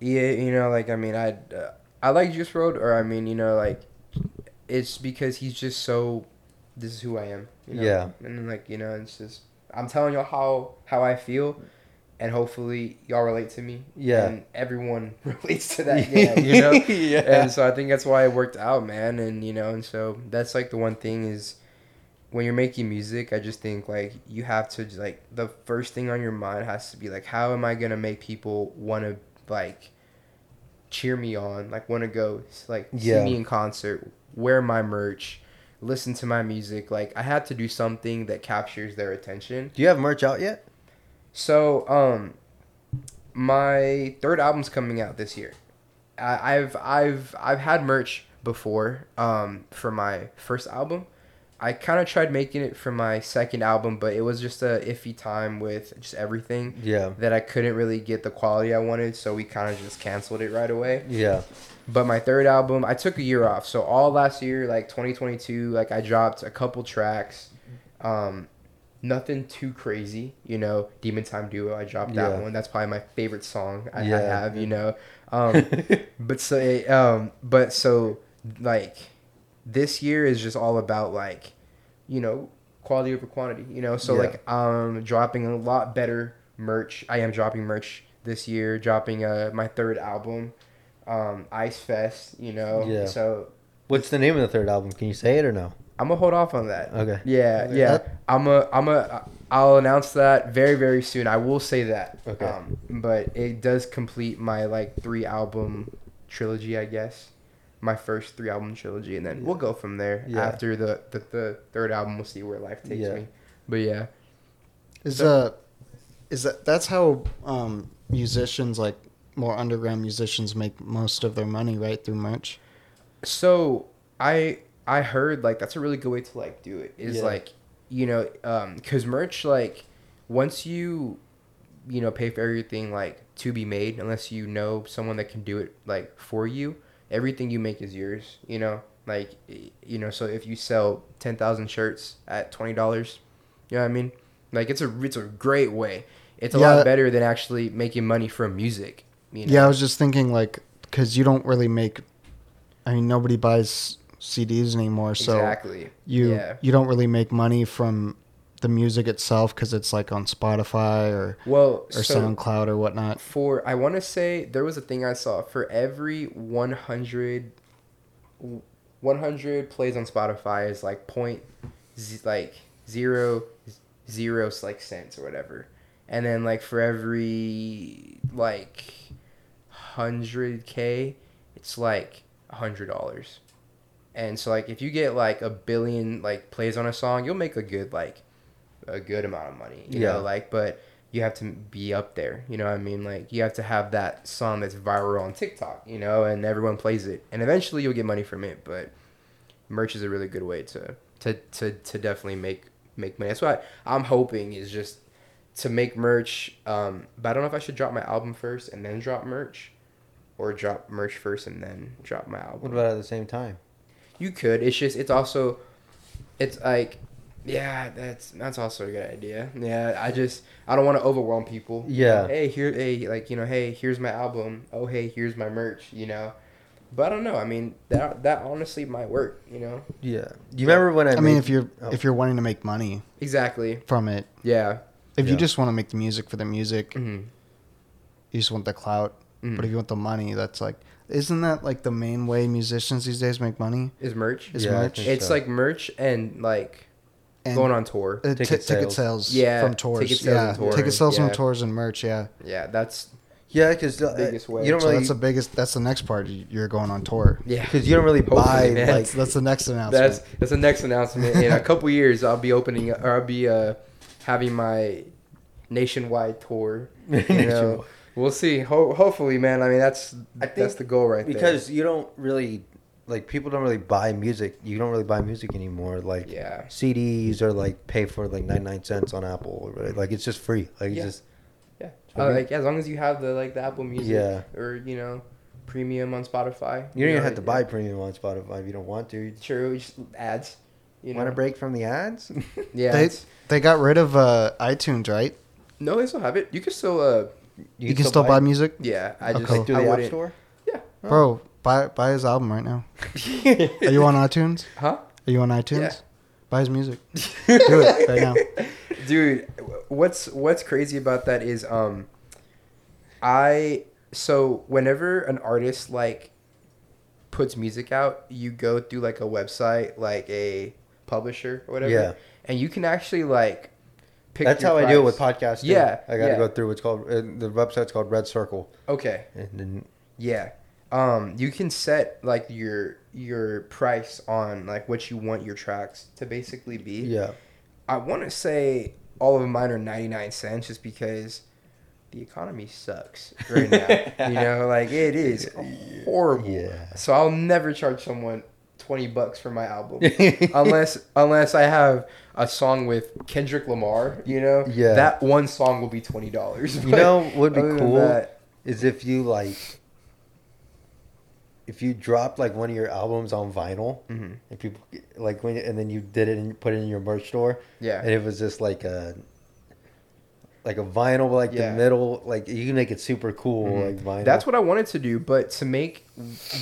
yeah, you know, like I mean, I uh, I like Juice Road, or I mean, you know, like it's because he's just so. This is who I am. You know? Yeah. and then, like you know, it's just I'm telling y'all how how I feel. And hopefully y'all relate to me. Yeah. and everyone relates to that. Yeah, you know. yeah. and so I think that's why it worked out, man. And you know, and so that's like the one thing is when you're making music, I just think like you have to just, like the first thing on your mind has to be like, how am I gonna make people want to like cheer me on, like want to go like Yeah. see me in concert, wear my merch, listen to my music. Like I had to do something that captures their attention. Do you have merch out yet? So, um, my third album's coming out this year. I, I've I've I've had merch before. Um, for my first album, I kind of tried making it for my second album, but it was just a iffy time with just everything Yeah. that I couldn't really get the quality I wanted. So we kind of just canceled it right away. Yeah. But my third album, I took a year off. So all last year, like 2022, like I dropped a couple tracks. Um, nothing too crazy, you know. Demon Time Duo, I dropped that Yeah. one. That's probably my favorite song I, I Yeah. have, you know. Um, but so, it, um, but so, like, this year is just all about like you know, quality over quantity, you know. So Yeah. like I'm dropping a lot better merch. I am dropping merch this year, dropping uh my third album, um, Ice Fest, you know. Yeah. So What's the name of the third album? Can you say it or no? I'm gonna hold off on that. Okay. Yeah, Okay. yeah. That- I'm a, I'm a, I'll announce that very, very soon. I will say that. Um, Okay. but it does complete my like three album trilogy, I guess. My first three album trilogy, and then we'll go from there. Yeah. After the, the the third album, we'll see where life takes Yeah. me. But yeah, Is So- uh is that that's how um musicians like more underground musicians make most of their money right through merch. so I I heard like that's a really good way to like do it. Is Yeah. like you know um cuz merch like once you you know pay for everything like to be made unless you know someone that can do it like for you everything you make is yours you know like y- you know so if you sell 10,000 shirts at $20 you know what i mean like it's a it's a great way it's a Yeah. lot better than actually making money from music you know Yeah, I was just thinking like cuz you don't really make I mean nobody buys CDs anymore, so exactly you yeah you don't really make money from the music itself cuz it's like on Spotify or well or so- SoundCloud or whatnot. for I want to say there was a thing I saw for every 100 w- 100 plays on Spotify is like point z- like zero zero s- like cents or whatever. And then like for every like 100k it's like $100. And so like if you get like a billion like plays on a song, you'll make a good like a good amount of money, you Yeah. know, like but you have to be up there. You know what I mean? Like you have to have that song that's viral on TikTok, you know, and everyone plays it. And eventually you'll get money from it, but merch is a really good way to to to, to definitely make make money. That's what I, I'm hoping is just to make merch. Um, but I don't know if I should drop my album first and then drop merch or drop merch first and then drop my album. What about at the same time? You could. It's just it's also it's like yeah, that's that's also a good idea. Yeah, I just I don't want to overwhelm people. Yeah. Hey, here hey like, you know, hey, here's my album. Oh, hey, here's my merch, you know. But I don't know. I mean, that that honestly might work, you know. Yeah. Do you remember when I? I, mean, made- if you're oh. if you're wanting to make money Exactly. from it, Yeah. if Yeah. you just want to make the music for the music, hmm Mm-hmm. you just want the clout. Mhm. But if you want the money, that's like, isn't that like the main way musicians these days make money? Is merch? Is Yeah, I merch? think It's so. like merch and like And going on tour. uh, ti- Ticket ticket, sales. sales. Yeah, from tours. ticket sales yeah, and touring, ticket sales yeah. from tours and merch. Yeah, Yeah, that's yeah, because Biggest way. you don't so really that's the biggest. That's the next part. You- You're going on tour. yeah. because you don't really Hopefully, buy man. like That's that's the next announcement. That's that's the next announcement. In a couple years, I'll be opening or I'll be uh, having my nationwide tour. You know, Nationwide. we'll see. Ho- hopefully, man. I mean, that's I think that's the goal right because you don't really like people don't really buy music. You don't really buy music anymore. there. Like Yeah. CDs or like pay for like ninety nine cents on Apple. Or, like it's just free. Like it's Yeah. just Yeah. So Uh, we- like as long as you have the like the Apple Music Yeah. or you know premium on Spotify. you don't even know, have to it- buy premium on Spotify if you don't want to. You True. Just ads. You know. want a break from the ads? Yeah. they it's- they got rid of uh, iTunes, right? no, they still have it. You can still. Uh, You, can still buy music, yeah. I just Okay. I Like through the App wouldn't- Store. bro. Buy buy his album right now. Are you on iTunes? Huh? Are you on iTunes? Yeah. Buy his music. Do it right now. dude what's what's crazy about that is um i so whenever an artist like puts music out you go through like a website like a publisher or whatever Yeah. and you can actually like pick That's your how I do it price. with podcasting. Yeah, I got to yeah. go through what's called uh, the website's called Red Circle, okay and then Yeah. Um, you can set like your your price on like what you want your tracks to basically be. yeah, I want to say all of mine are 99 cents just because the economy sucks right now. you know, like it is horrible. Yeah. So I'll never charge someone 20 bucks for my album unless unless I have a song with Kendrick Lamar, you know? Yeah. That one song will be $20. You but know what would be other than cool? is if you like if you dropped like one of your albums on vinyl Mhm. and people like when and then you did it and put it in your merch store yeah. and it was just like a like a vinyl like Yeah. the middle like you can make it super cool like vinyl That's what I wanted to do, but to make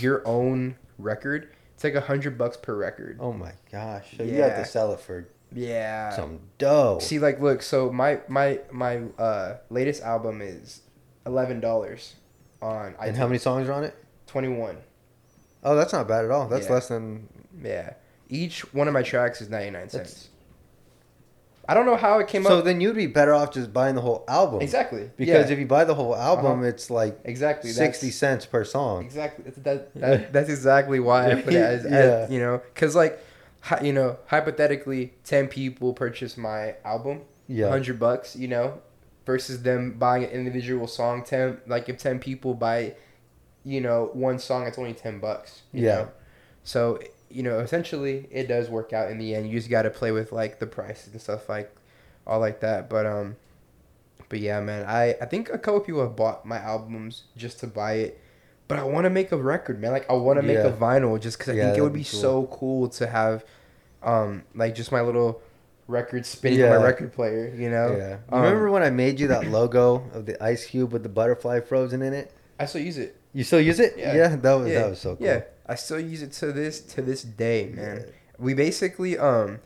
your own record, it's like a hundred bucks per record. oh my gosh so you have Yeah. Uh, to sell it for Yeah. some dough. See, like, look. So my my my uh latest album is eleven dollars on iTunes. and how many songs are on it? Twenty one. Oh, that's not bad at all. That's Yeah. less than Yeah. Each one of my tracks is ninety nine cents. I don't know how it came So up. then you'd be better off just buying the whole album. exactly. Because yeah, if you buy the whole album, Uh-huh. it's like exactly that's- sixty cents per song. Exactly. That's, that, that, that's exactly why I put it as, as Yeah. you know, because like, hy- you know, hypothetically, ten people purchase my album, Yeah. hundred bucks, you know, versus them buying an individual song. Ten, like if ten people buy, you know, one song, it's only ten bucks. you Yeah. know? So you know, essentially, it does work out in the end. You just got to play with like the prices and stuff like, all like that. But um, but yeah, man, I, I think a couple people have bought my albums just to buy it, but I want to make a record, man. Like I want to make Yeah. a vinyl just because I Yeah, think it that'd would be be so cool to have, um, like just my little record spinning on Yeah. my record player, you know. Yeah. Um, Remember when I made you that logo of the ice cube with the butterfly frozen in it? I still use it. You still use it? Yeah. Oh, that was Yeah. that was so cool. Yeah, I still use it to this to this day, man. Yeah. We basically um,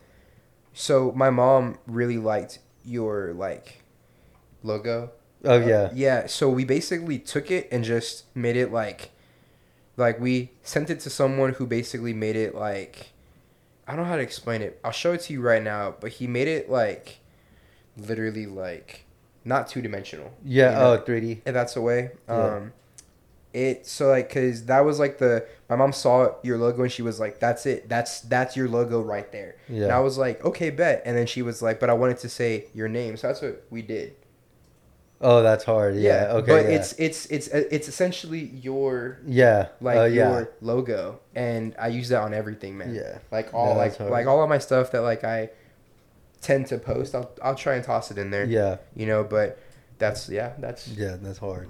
so my mom really liked your like logo Oh yeah. Yeah, so we basically took it and just made it like like we sent it to someone who basically made it like I don't know how to explain it. I'll show it to you right now, but he made it like literally like not two dimensional. Yeah. you know? Oh, 3D. if that's the way. Yeah. Um it so like cuz that was like the my mom saw your logo and she was like that's it. That's that's your logo right there. Yeah. And I was like, "Okay, bet." And then she was like, "But I wanted to say your name." So that's what we did. oh, that's hard. Yeah. okay. But yeah. it's it's it's uh, it's essentially your yeah. like oh, yeah. your logo, and I use that on everything, man. Yeah. Like all No, like that's hard. like all of my stuff that like I tend to post, I'll I'll try and toss it in there. Yeah. You know, but that's yeah, that's Yeah. That's hard.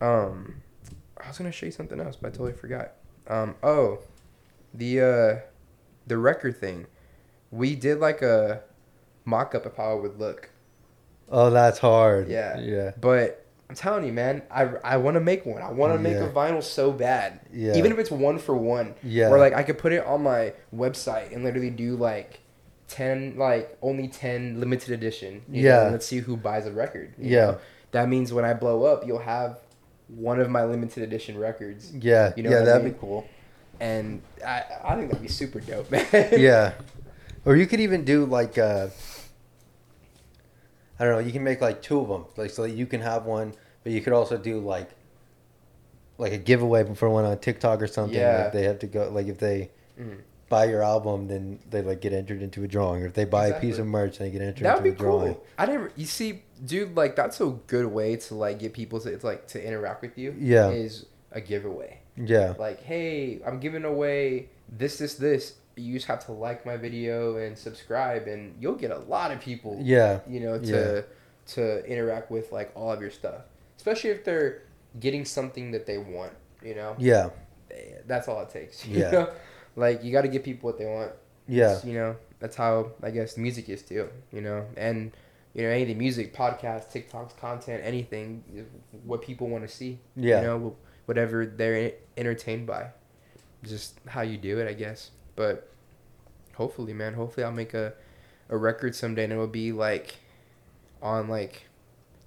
um. I was gonna show you something else, but I totally forgot. Um. Oh, the uh, the record thing. We did like a mock up of how it would look. Oh, that's hard. Yeah. Yeah. But I'm telling you, man, I, I want to make one. I want to make Yeah. a vinyl so bad. Yeah. Even if it's one for one. Yeah. Or like I could put it on my website and literally do like ten, like only ten limited edition. you know, Yeah. and let's see who buys a record. you Yeah. know? That means when I blow up, you'll have one of my limited edition records, Yeah. You know yeah. what I That'd mean? be cool. and I I think that'd be super dope, man. yeah. Or you could even do like uh I don't know, you can make like two of them. Like so you can have one, but you could also do like like a giveaway for one on TikTok or something. Yeah. Like they have to go like if they Mm. buy your album then they like get entered into a drawing. Or if they buy a piece Exactly. of merch they get entered That would into be a drawing. cool. I never. You see, dude, like that's a good way to like get people to it's like to interact with you. Yeah. is a giveaway. Yeah. Like, hey, I'm giving away this, this, this. You just have to like my video and subscribe, and you'll get a lot of people. Yeah. You know to to interact with like all of your stuff, especially if they're getting something that they want. You know, Yeah. that's all it takes. you Yeah. know? Like you got to give people what they want. Yeah. It's, you know, that's how I guess music is too. You know, and you know anything music, podcasts, TikToks, content, anything, is what people want to see. Yeah. You know, wh- whatever they're en- entertained by, just how you do it, I guess. But hopefully, man, hopefully I'll make a a record someday, and it'll be like on like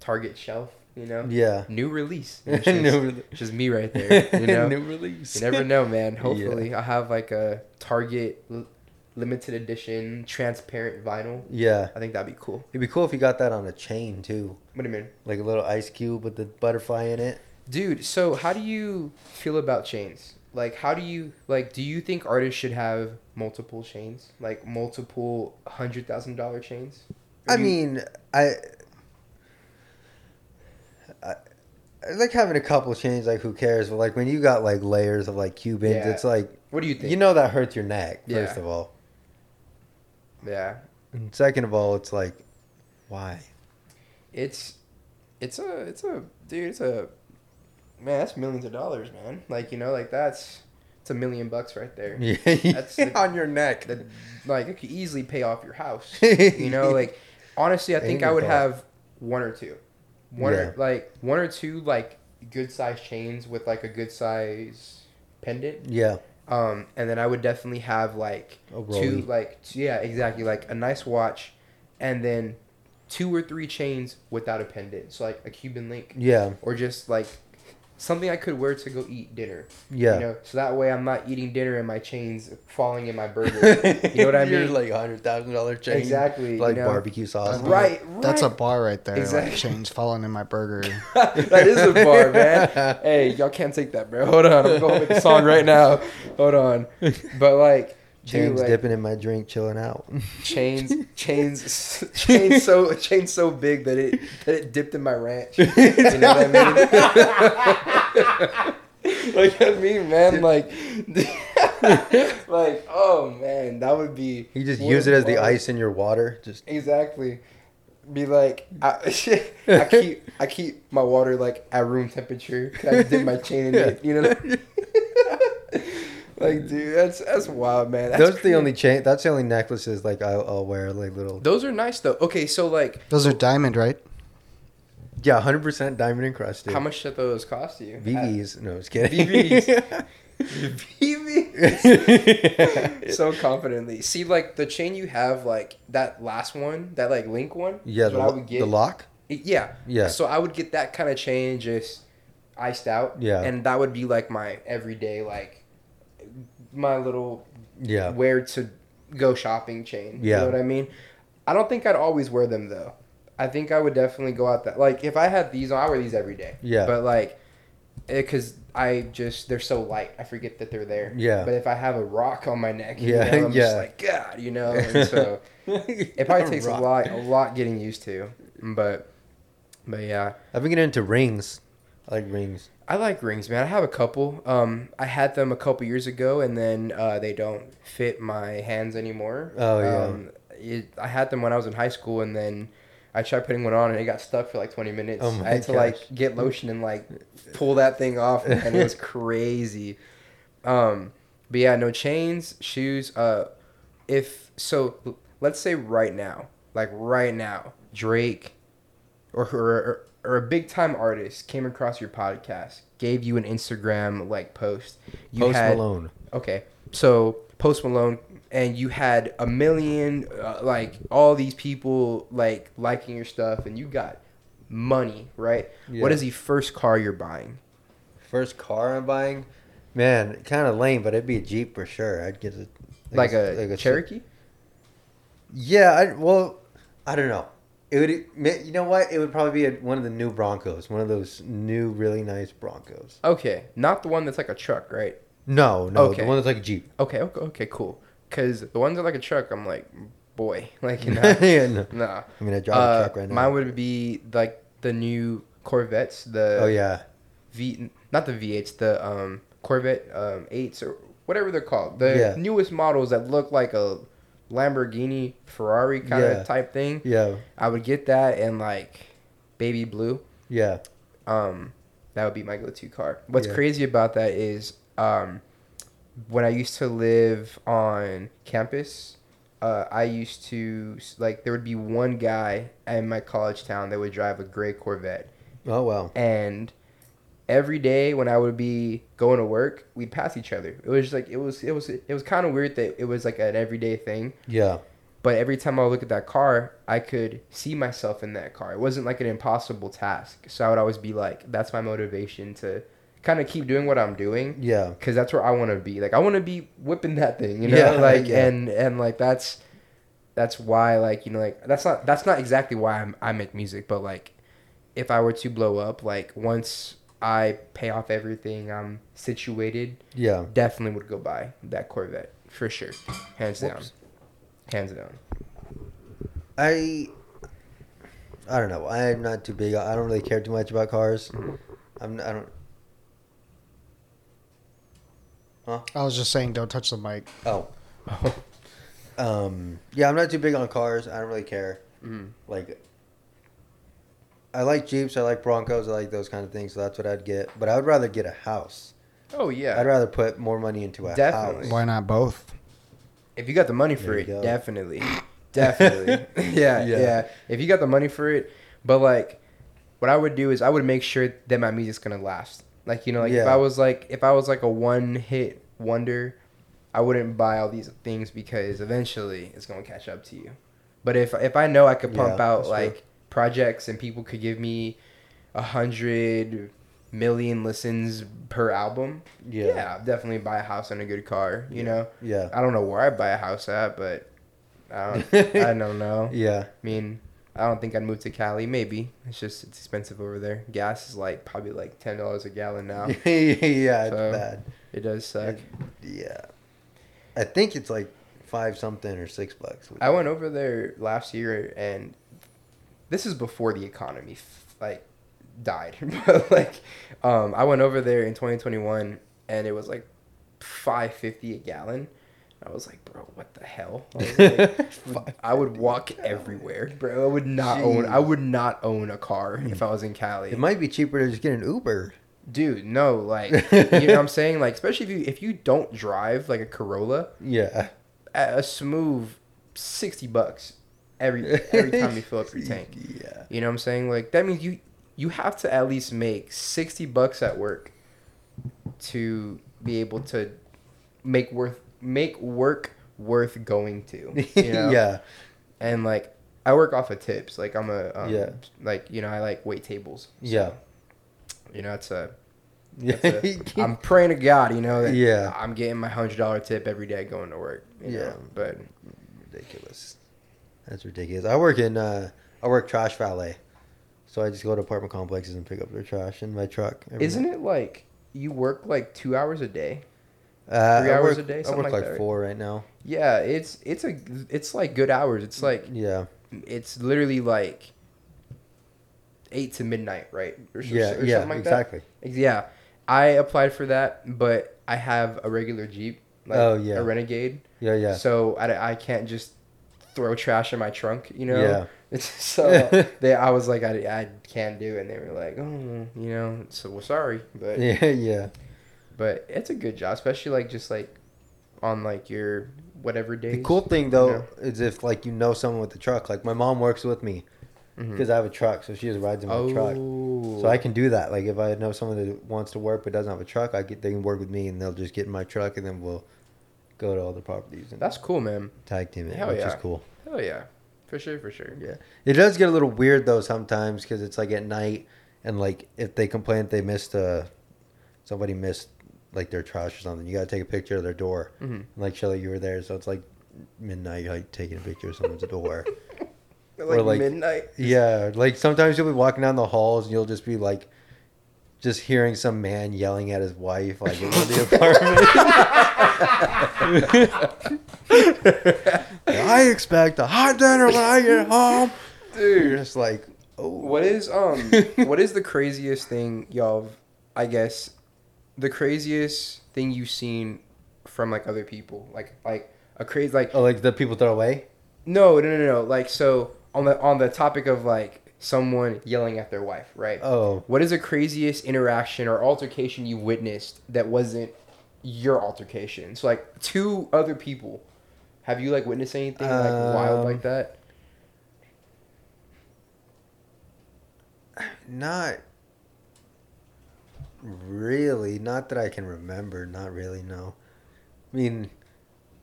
Target shelf. You know, Yeah. new release. New It's just, rele- it's just me right there. You know, New release. you never know, man. Yeah. Hopefully, I'll have like a Target l- limited edition transparent vinyl. Yeah. I think that'd be cool. It'd be cool if you got that on a chain too. What do you mean, Like a little ice cube with the butterfly in it. dude? So, how do you feel about chains? Like, how do you like? Do you think artists should have multiple chains, like multiple hundred thousand dollar chains? Or I do you- mean, I, I I like having a couple chains. Like, who cares? But like when you got like layers of like cubans, Yeah. it's like what do you think? you know that hurts your neck. Yeah. First of all, yeah, and second of all, it's like why? it's it's a it's a dude. It's a man. That's millions of dollars, man. Like you know, like that's it's a million bucks right there. That's the- on your neck. that like it could easily pay off your house. You know, like honestly, I think I would have one or two, one Yeah. or like one or two like good size chains with like a good size pendant. yeah, I Um, and then I would definitely have like A two, rollie. like yeah, exactly, like a nice watch, and then two or three chains without a pendant, so like a Cuban link Yeah. or just like something I could wear to go eat dinner. Yeah. You know, so that way I'm not eating dinner and my chains falling in my burger. you know what I You're mean? like a hundred thousand dollar chain. Exactly, you Like know. barbecue sauce. right, That's a right. bar right there. Exactly. Like chains falling in my burger. that is a bar, man. hey, y'all can't take that, bro. Hold on, I'm going with the song right now. Hold on, but like, Chains dude, like, dipping in my drink, chilling out. chains, chains, chains so chains so big that it that it dipped in my ranch. You know what I mean? like I mean, man, like, like, oh man, that would be. You just what use a it as the bar. ice in your water. Just Exactly. Be like, I, I keep I keep my water like at room temperature. 'cause I dip my chain in it. You know. What I mean? like, dude, that's that's wild, man. That's those are crazy. the only chain. That's the only necklaces like I'll, I'll wear. Like little. Those are nice though. Okay, so like, Those are diamond, right? Yeah, hundred percent diamond encrusted. how much did those cost you? Uh, VVs? No, I was kidding. VVs. VV. so confidently. See, like the chain you have, like that last one, that like link one. yeah, is the, what I lo- would get. the lock. Yeah. Yeah. So I would get that kind of chain just iced out. Yeah. And that would be like my everyday like my little Yeah. where to go shopping chain. Yeah. You know what I mean? I don't think I'd always wear them though. I think I would definitely go out that like if I had these on, I wear these every day. Yeah. But like, because I just they're so light, I forget that they're there. Yeah. But if I have a rock on my neck, yeah, Yeah, you know, I'm just yeah. like God, you know. And so it probably takes a lot, a lot getting used to. But, but yeah, I've been getting into rings. I like rings. I like rings, man. I have a couple. Um, I had them a couple years ago, and then uh, they don't fit my hands anymore. Oh, yeah. Um, it, I had them when I was in high school, and then I tried putting one on, and it got stuck for like twenty minutes. Oh, my I had to gosh. like get lotion and like pull that thing off, and it was crazy. Um, but yeah, no chains, shoes. Uh, if so, l- let's say right now, like right now, Drake or or, or a big time artist came across your podcast, gave you an Instagram like post. You Post had, Malone. Okay, so Post Malone, and you had a million uh, like all these people like liking your stuff, and you got money, right? Yeah. What is the first car you're buying? First car I'm buying, man, kind of lame, but it'd be a Jeep for sure. I'd get a Like, a, Cherokee? Yeah, I, well, I don't know. It would, ma- you know what? It would probably be a, one of the new Broncos, one of those new really nice Broncos. Okay, not the one that's like a truck, right? No, no, Okay. the one that's like a Jeep. Okay, okay, okay, cool. Cause the ones that are like a truck, I'm like, boy, like you know, yeah, no. nah. I'm gonna drive a Uh, truck right now. mine would be like the new Corvettes, the oh yeah, V, not the V8s, the um Corvette um eights or whatever they're called, the Yeah. newest models that look like a Lamborghini, Ferrari kind of Yeah. type thing. yeah, I would get that and like baby blue. yeah. um that would be my go-to car what's Yeah. crazy about that is um when i used to live on campus uh, I used to like there would be one guy in my college town that would drive a gray Corvette, Oh wow. and every day when I would be going to work, we'd pass each other. It was just like it was it was it was kind of weird that it was like an everyday thing, Yeah, but every time I would look at that car, I could see myself in that car. It wasn't like an impossible task. So I would always be like, that's my motivation to kind of keep doing what I'm doing yeah, because that's where I want to be. Like I want to be whipping that thing, you know, Yeah, like yeah. and and like that's that's why like you know like that's not that's not exactly why I'm I make music, but like if I were to blow up, like once I pay off everything, I'm situated. yeah. Definitely would go buy that Corvette for sure, hands down, Whoops. hands down. I I don't know. I'm not too big. I don't really care too much about cars. I'm. I don't. I was just saying, don't touch the mic. Oh. Um. Yeah, I'm not too big on cars. I don't really care. Mm. Like. I like Jeeps. I like Broncos. I like those kind of things. So that's what I'd get. But I would rather get a house. Oh yeah. I'd rather put more money into a Definitely. house. Why not both? if you got the money for There you it, go. definitely. Definitely. yeah, Yeah. yeah. If you got the money for it, but like what I would do is I would make sure that my music's going to last. Like, you know, like if Yeah. I was like if I was like a one-hit wonder I wouldn't buy all these things because eventually it's gonna catch up to you. But if if I know I could pump Yeah, out that's true. like projects and people could give me a hundred million listens per album, Yeah. yeah, I'd definitely buy a house and a good car. You know, Yeah. I don't know where I'd buy a house at, but I don't, I don't know. Yeah. I mean, I don't think I'd move to Cali. Maybe it's just it's expensive over there. Gas is like probably like ten dollars a gallon now. yeah, it's So, bad. It does suck. Yeah. I think it's like five something or six bucks. I went over there last year, and this is before the economy f- like died. but like, um, I went over there in 2021, and it was like 5.50 a gallon. I was like, bro, what the hell? I, was like, I would walk everywhere, bro. I would not own. I would not own a car if I was in Cali. It might be cheaper to just get an Uber. dude no like you know what i'm saying like especially if you if you don't drive like a corolla Yeah. a a smooth 60 bucks every every time you fill up your tank Yeah. you know what i'm saying like that means you you have to at least make 60 bucks at work to be able to make worth make work worth going to you know? yeah. and like i work off of tips like i'm a um, Yeah. like you know i like wait tables Yeah. you know that's a Yeah. That's a- I'm praying to God, you know, that Yeah. I'm getting my hundred dollar tip every day going to work. yeah, Yeah. but ridiculous. That's ridiculous. I work in uh I work trash valet. So I just go to apartment complexes and pick up their trash in my truck. isn't it like you work like two hours a day? Uh, three I hours work- a day, I something like work like, that, right? four right now. Yeah, it's it's a it's like good hours. It's like Yeah. it's literally like eight to midnight, right? Or, s- yeah. or something yeah. like that. exactly. Ex- Yeah, I applied for that, but I have a regular Jeep, like Oh, yeah. a Renegade. Yeah. Yeah. So I, I can't just throw trash in my trunk, you know? Yeah. so they, I was like, I, I can't do it. And they were like, oh, you know, so we're sorry. But, Yeah. Yeah. but it's a good job, especially like just like on like your whatever days. The cool thing though is if like you know someone with a truck. Like my mom works with me Mhm. because I have a truck, so she just rides in my truck. Oh. So I can do that. Like if I know someone that wants to work but doesn't have a truck, I get they can work with me and they'll just get in my truck and then we'll go to all the properties and Oh. That's cool, man. tag team it, Hell which is yeah. cool. Hell yeah. For sure, for sure. Yeah, it does get a little weird though sometimes because it's like at night and like if they complain that they missed uh somebody missed like their trash or something, you gotta take a picture of their door. Mhm. Like show that you were there, so it's like midnight, you're like taking a picture of someone's door. Like, like- midnight. Yeah, like sometimes you'll be walking down the halls and you'll just be like, just hearing some man yelling at his wife like in the apartment. I expect a hot dinner when I get home. You're Dude. just like, oh, What is um what is the craziest thing y'all have- I guess the craziest thing you've seen from like other people? Like like a crazy like Oh, like the people throw away? no, no no no like so on the on the topic of like someone yelling at their wife, right? Oh, What is the craziest interaction or altercation you witnessed that wasn't your altercation? So like two other people. Have you like witnessed anything like wild Um, like that? not really. Not that I can remember. Not really. No. I mean,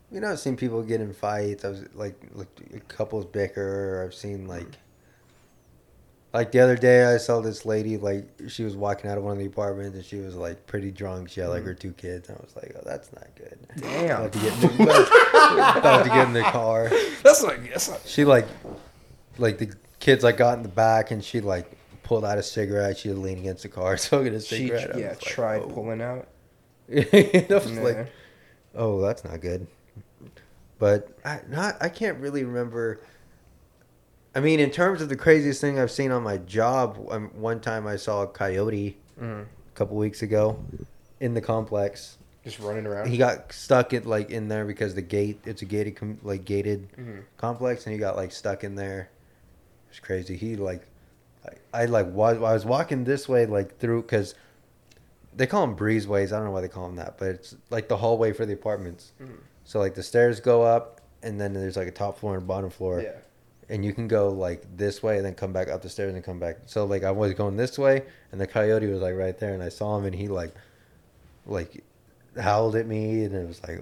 you know, I've seen people get in fights. I was like, like couples bicker. I've seen like, like the other day, I saw this lady like she was walking out of one of the apartments and she was like pretty drunk. She had like her two kids. And I was like, oh, that's not good. Damn. About to get in the, about to get in the car. That's like that's like She like, like the kids like got in the back and she like pulled out a cigarette. She was leaning against the car, smoking a she cigarette. I yeah, was like, tried "Oh." pulling out. I was Nah. like, oh, that's not good. But I not I can't really remember. I mean, in terms of the craziest thing I've seen on my job, um, one time I saw a coyote Mm. a couple weeks ago in the complex. Just running around. He got stuck in like in there because the gate it's a gated com- like gated Mhm. complex and he got like stuck in there. It was crazy. He like, I, I like was I was walking this way like through because they call them breezeways. I don't know why they call them that, but it's like the hallway for the apartments. Mhm. So like the stairs go up and then there's like a top floor and bottom floor, yeah. and you can go like this way and then come back up the stairs and come back. So like I was going this way and the coyote was like right there and I saw him and he like, like, howled at me and it was like.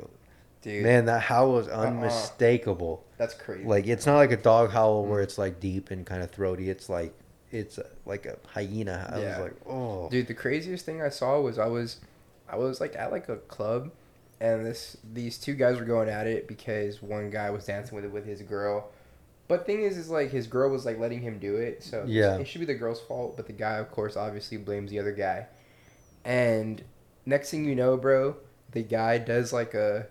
dude. Uh-uh. Man, that howl was unmistakable. That's crazy. Like it's not like a dog howl Mm. where it's like deep and kind of throaty. It's like it's uh, like a hyena. I Yeah. was like, oh, Dude, the craziest thing I saw was I was, I was like at like a club, and this these two guys were going at it because one guy was dancing with it with his girl, but thing is, is like his girl was like letting him do it, so it's- Yeah. it should be the girl's fault. But the guy, of course, obviously blames the other guy, and next thing you know, bro, the guy does like a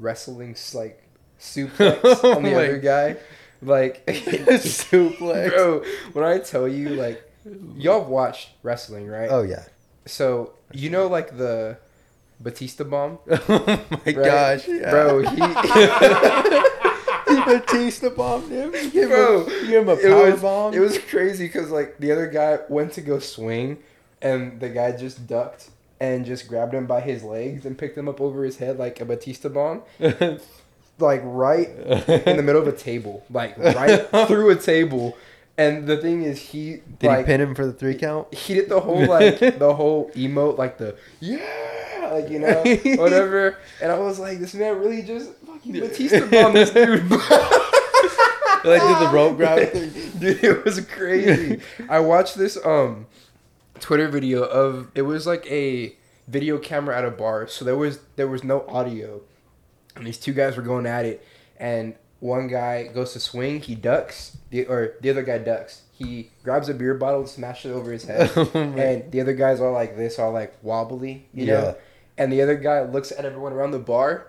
wrestling s- like suplex on the Like- other guy, like Oh suplex. bro. When I tell you, like, y'all have watched wrestling, right? Oh yeah. So you know, like the Batista bomb, oh my right? gosh, yeah. bro. He, He Batista bombed him. You give Bro, him, you give him a it power was bomb. it was crazy because like the other guy went to go swing, and the guy just ducked and just grabbed him by his legs and picked him up over his head like a Batista bomb, like right in the middle of a table, like right through a table. And the thing is, he Did like, he pin him for the three count? he did the whole like the whole emote like the yeah like you know whatever and I was like this man really just fucking Batista bombed this dude Like did the rope grab dude it was crazy I watched this um Twitter video of it was like a video camera at a bar so there was there was no audio and these two guys were going at it and one guy goes to swing he ducks the, or the other guy ducks he grabs a beer bottle and smashes it over his head Oh and the other guys all like this all like wobbly you Yeah. know and the other guy looks at everyone around the bar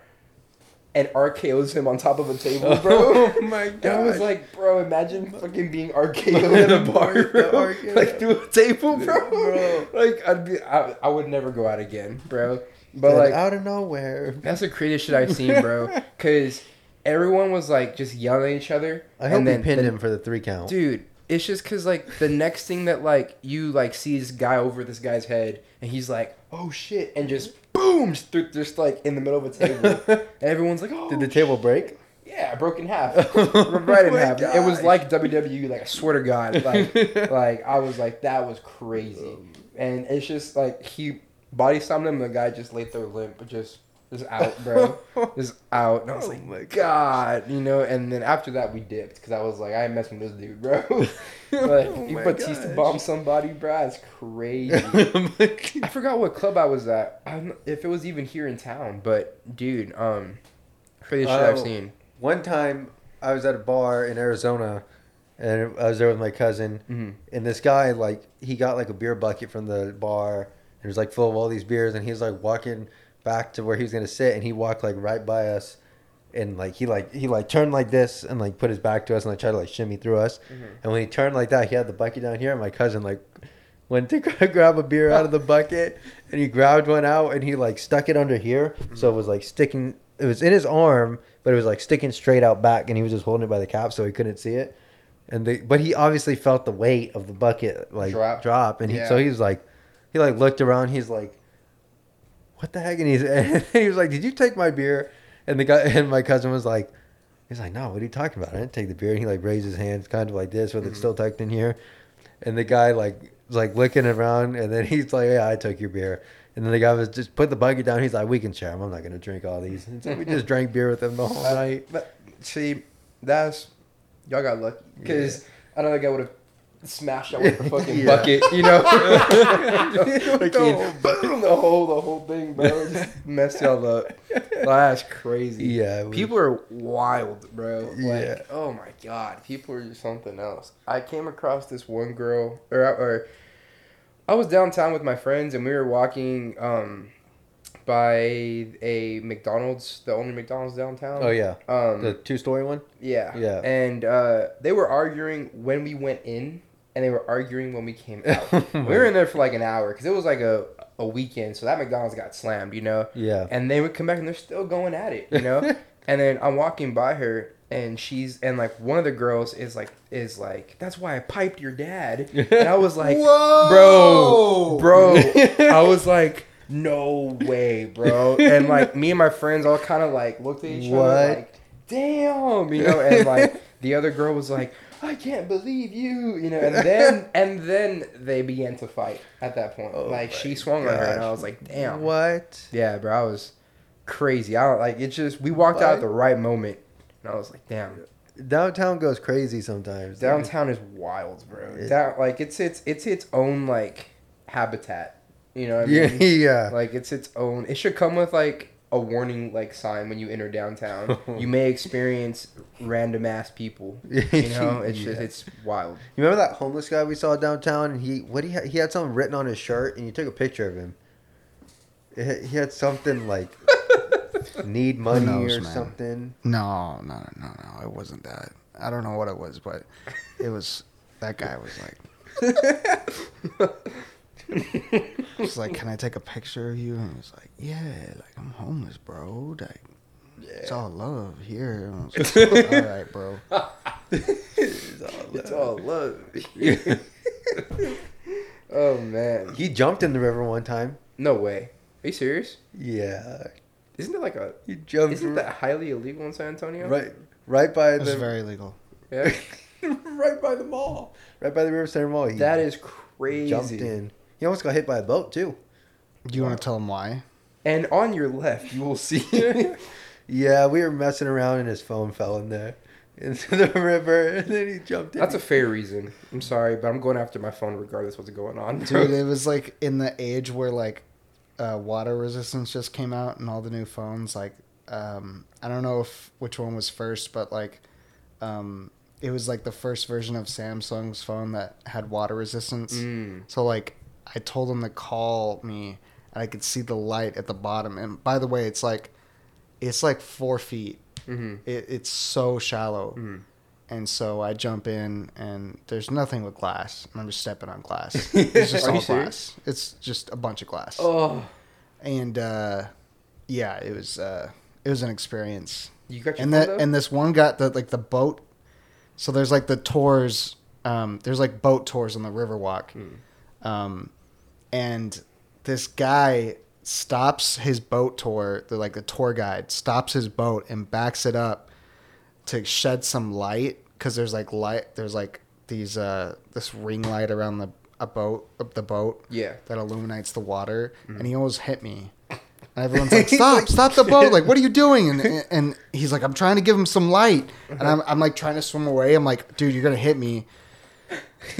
and RKO's him on top of a table, bro. Oh my And I was gosh. like, bro, imagine fucking being RKO in a bar, bro. RKO. like through a table, bro. Bro. Like I'd be, I, I would never go out again, bro. But But like, out of nowhere. that's the craziest shit I've seen, bro. Cause everyone was like just yelling at each other. I hope and he pinned the- him for the three count. Dude, it's just cause like the next thing that like you like see this guy over this guy's head and he's like, oh shit, and just boom, just, th- just like in the middle of a table. and everyone's like, oh, Did the table break? yeah, I broke in half. right in my half. It was gosh. like WWE, like I swear to God. Like like I was like, that was crazy. Oh. And it's just like he body slammed him and the guy just laid there limp, just just out, bro. just out. And I was Oh like, my God, you know, and then after that we dipped because I was like, I ain't messing with this dude, bro. like Oh you my Batista gosh. bomb somebody, bro, it's crazy. I forgot what club I was at. I don't know if it was even here in town, but dude, um, crazy shit I've Oh. seen. One time, I was at a bar in Arizona, and I was there with my cousin. Mhm. And this guy, like, he got like a beer bucket from the bar, and it was like full of all these beers. And he was like walking back to where he was gonna sit, and he walked like right by us, and like he like he like turned like this, and like put his back to us, and like tried to like shimmy through us. And when he turned like that, he had the bucket down here, and my cousin like went to grab a beer out of the bucket and he grabbed one out and he like stuck it under here so it was like sticking it was in his arm but it was like sticking straight out back and he was just holding it by the cap so he couldn't see it and they but he obviously felt the weight of the bucket like Drop. drop, and he, so Yeah. he was like he like looked around he's like what the heck and he's and he was like did you take my beer and the guy and my cousin was like he's like no what are you talking about i didn't take the beer and he like raised his hands kind of like this Mm-hmm. with it still tucked in here and the guy like was like looking around and then he's like yeah i took your beer and then the guy was just put the bucket down he's like we can share 'em. i'm not gonna drink all these and so we just drank beer with him the whole Uh, night But see, that's y'all got lucky because I don't think I would have smashed that with a fucking Yeah. bucket, you know. Like, the, whole, boom, the whole the whole thing, bro, just messed y'all up. That's crazy. yeah it was- People are wild, bro. Like, Yeah. oh my god, people are just something else. I came across this one girl, or or I was downtown with my friends, and we were walking um by a McDonald's, the only McDonald's downtown. oh yeah Um, the two-story one yeah. Yeah. And uh, they were arguing when we went in, and they were arguing when we came out. Oh we were Right. in there for like an hour because it was like a, a weekend, so that McDonald's got slammed, you know. yeah And they would come back and they're still going at it, you know. and then I'm walking by her, and she's and like one of the girls is like is like that's why I piped your dad, and I was like, bro, Oh! Whoa! bro, I was like. No way, bro. And like me and my friends all kind of like looked at each other What? like, damn, you know, and like the other girl was like, I can't believe you, you know, and then and then they began to fight at that point. Oh like my she swung on her, and I gosh. was like, damn, what yeah, bro, I was crazy. I don't like it. Just we walked out at the right moment, and I was like, damn. Downtown goes crazy sometimes. dude. Downtown is wild, bro. It- Down like it's it's it's its own like habitat. You know what I Yeah, mean? yeah. Like it's its own. It should come with like a warning like sign when you enter downtown. you may experience random ass people. You know, it's just Yeah. it's wild. You remember that homeless guy we saw downtown? And he what he had, he had something written on his shirt, and you took a picture of him. It, he had something like need money knows, or man? something. No, no, no, no. It wasn't that. I don't know what it was, but it was that guy was like, was like, "Can I take a picture of you?" And he was like, "Yeah, like I'm homeless, bro. Like it's all love here." And I was like, all right, bro. It's all love. oh man, He jumped in the river one time. no way. Are you serious? Yeah, Isn't it like a? he jumped. Isn't that highly illegal in San Antonio? Mm-hmm. right? Right by It was the very legal. Yeah. right by the mall, right by the River Center Mall. He That is crazy. jumped in. He almost got hit by a boat too. Do you want to tell him why? And on your left, you will see. Yeah, we were messing around and his phone fell in there into the river, and then he jumped in. That's a fair reason. I'm sorry, but I'm going after my phone regardless what's going on. Dude, it was like in the age where like uh, water resistance just came out and all the new phones. Like, um, I don't know if which one was first, but like, um, it was like the first version of Samsung's phone that had water resistance. Mm. So like, I told him to call me, and I could see the light at the bottom. And by the way, it's like, it's like four feet. Mhm. It, it's so shallow. Mm. And so I jump in, and there's nothing with glass. and I'm just stepping on glass. It's just Are all you serious? glass. It's just a bunch of glass. Oh, And uh, yeah, it was uh, it was an experience. you got your And phone that and this one got the like the boat. So there's like the tours. Um, there's like boat tours on the Riverwalk, um, and this guy stops his boat tour. The like the tour guide stops his boat and backs it up to shed some light because there's like light. There's like these uh this ring light around the a boat up the boat Yeah. that illuminates the water and he almost hit me and everyone's like stop stop the boat like what are you doing and and he's like i'm trying to give him some light and i'm, I'm like trying to swim away i'm like dude you're gonna hit me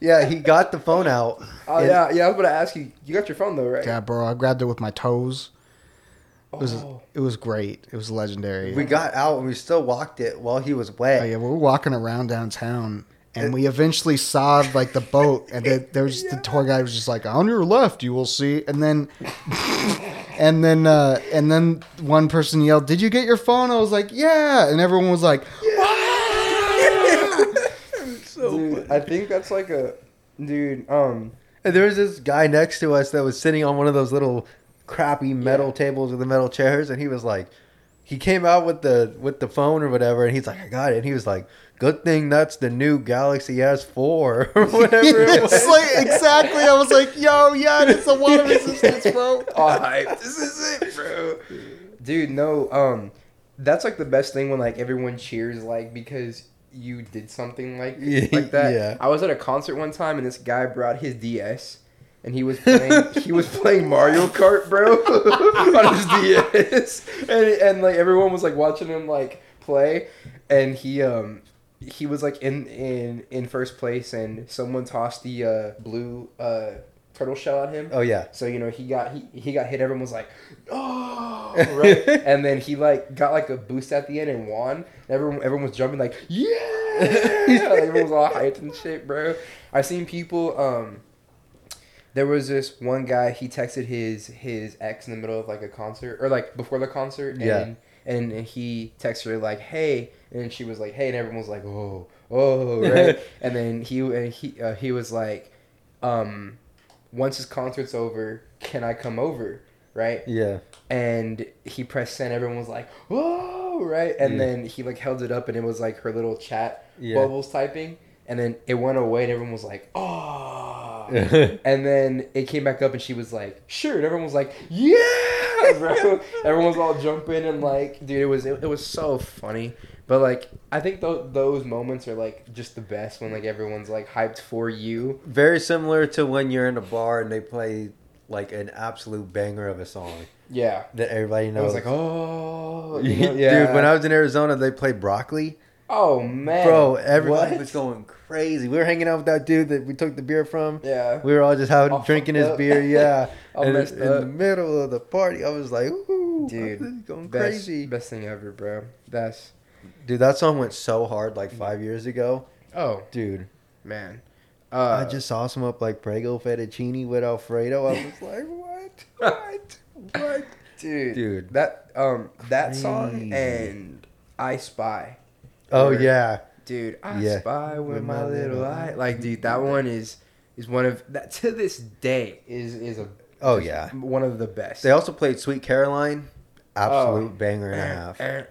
yeah, he got the phone out. Oh and- yeah, yeah. I was about to ask you. You got your phone though, right? yeah bro i grabbed it with my toes Oh. it was it was great it was legendary We got out and we still walked it while he was wet. Oh, yeah, we were walking around downtown, and we eventually saw like the boat, and then there was the tour guide was just like, "On your left, you will see," and then, and then, uh, and then one person yelled, "Did you get your phone?" I was like, "Yeah," and everyone was like, dude, I think that's like a dude. Um, And there was this guy next to us that was sitting on one of those little crappy metal Yeah. tables with the metal chairs, and he was like, he came out with the with the phone or whatever, and he's like, I got it. And he was like, Good thing that's the new Galaxy S4 or whatever it was. "It's like exactly." I was like, "Yo, yeah, it's the water resistance, bro." all hype. this is it, bro. Dude, no. Um, that's like the best thing when like everyone cheers like because you did something like Yeah, like that. yeah. I was at a concert one time and this guy brought his DS. And he was playing. he was playing Mario Kart, bro, on his DS, and and like everyone was like watching him like play, and he um he was like in in in first place, and someone tossed the uh, blue uh, turtle shell at him. Oh yeah, So you know he got he, he got hit. Everyone was like, oh, right. and then he like got like a boost at the end and won. And everyone everyone was jumping like yeah. Like, everyone was all hyped and shit, bro. I seen people. Um, there was this one guy. He texted his his ex in the middle of like a concert or like before the concert. And, Yeah. And he texted her like, hey, and she was like, hey, and everyone was like, oh, oh, right. and then he and he uh, he was like, um once his concert's over, can I come over? Right? yeah. And he pressed send, everyone was like, Whoa, right? And Yeah. then he like held it up and it was like her little chat Yeah. bubbles typing. And then it went away and everyone was like, Oh and then it came back up and she was like, Sure, and everyone was like, Yeah bro. everyone was all jumping and like dude, it was it, it was so funny. But like I think tho- those moments are like just the best when like everyone's like hyped for you. Very similar to when you're in a bar and they play like an absolute banger of a song. Yeah. that everybody I was knows. like, oh, you know, yeah. Dude, when I was in Arizona, they played broccoli. oh man, Bro, everybody What? was going crazy. We were hanging out with that dude that we took the beer from. Yeah. We were all just out All drinking fucked his up. beer. Yeah. All and messed in the up. middle of the party, I was like, ooh, Dude, this is going Best- crazy. Best thing ever, bro. That's Dude, that song went so hard Mm. like five years ago. oh Dude, man. Uh, I just saw some up like Prego Fettuccine with Alfredo. I was like, what? What? What? dude, Dude. that um that song Crazy. and I Spy, Oh, Word. yeah. dude. I Yeah. Spy with, my, little, eye. Like, dude, that one is is one of that to this day is is a Oh, is yeah. one of the best. They also played Sweet Caroline. Absolute Oh. banger and a half. eh,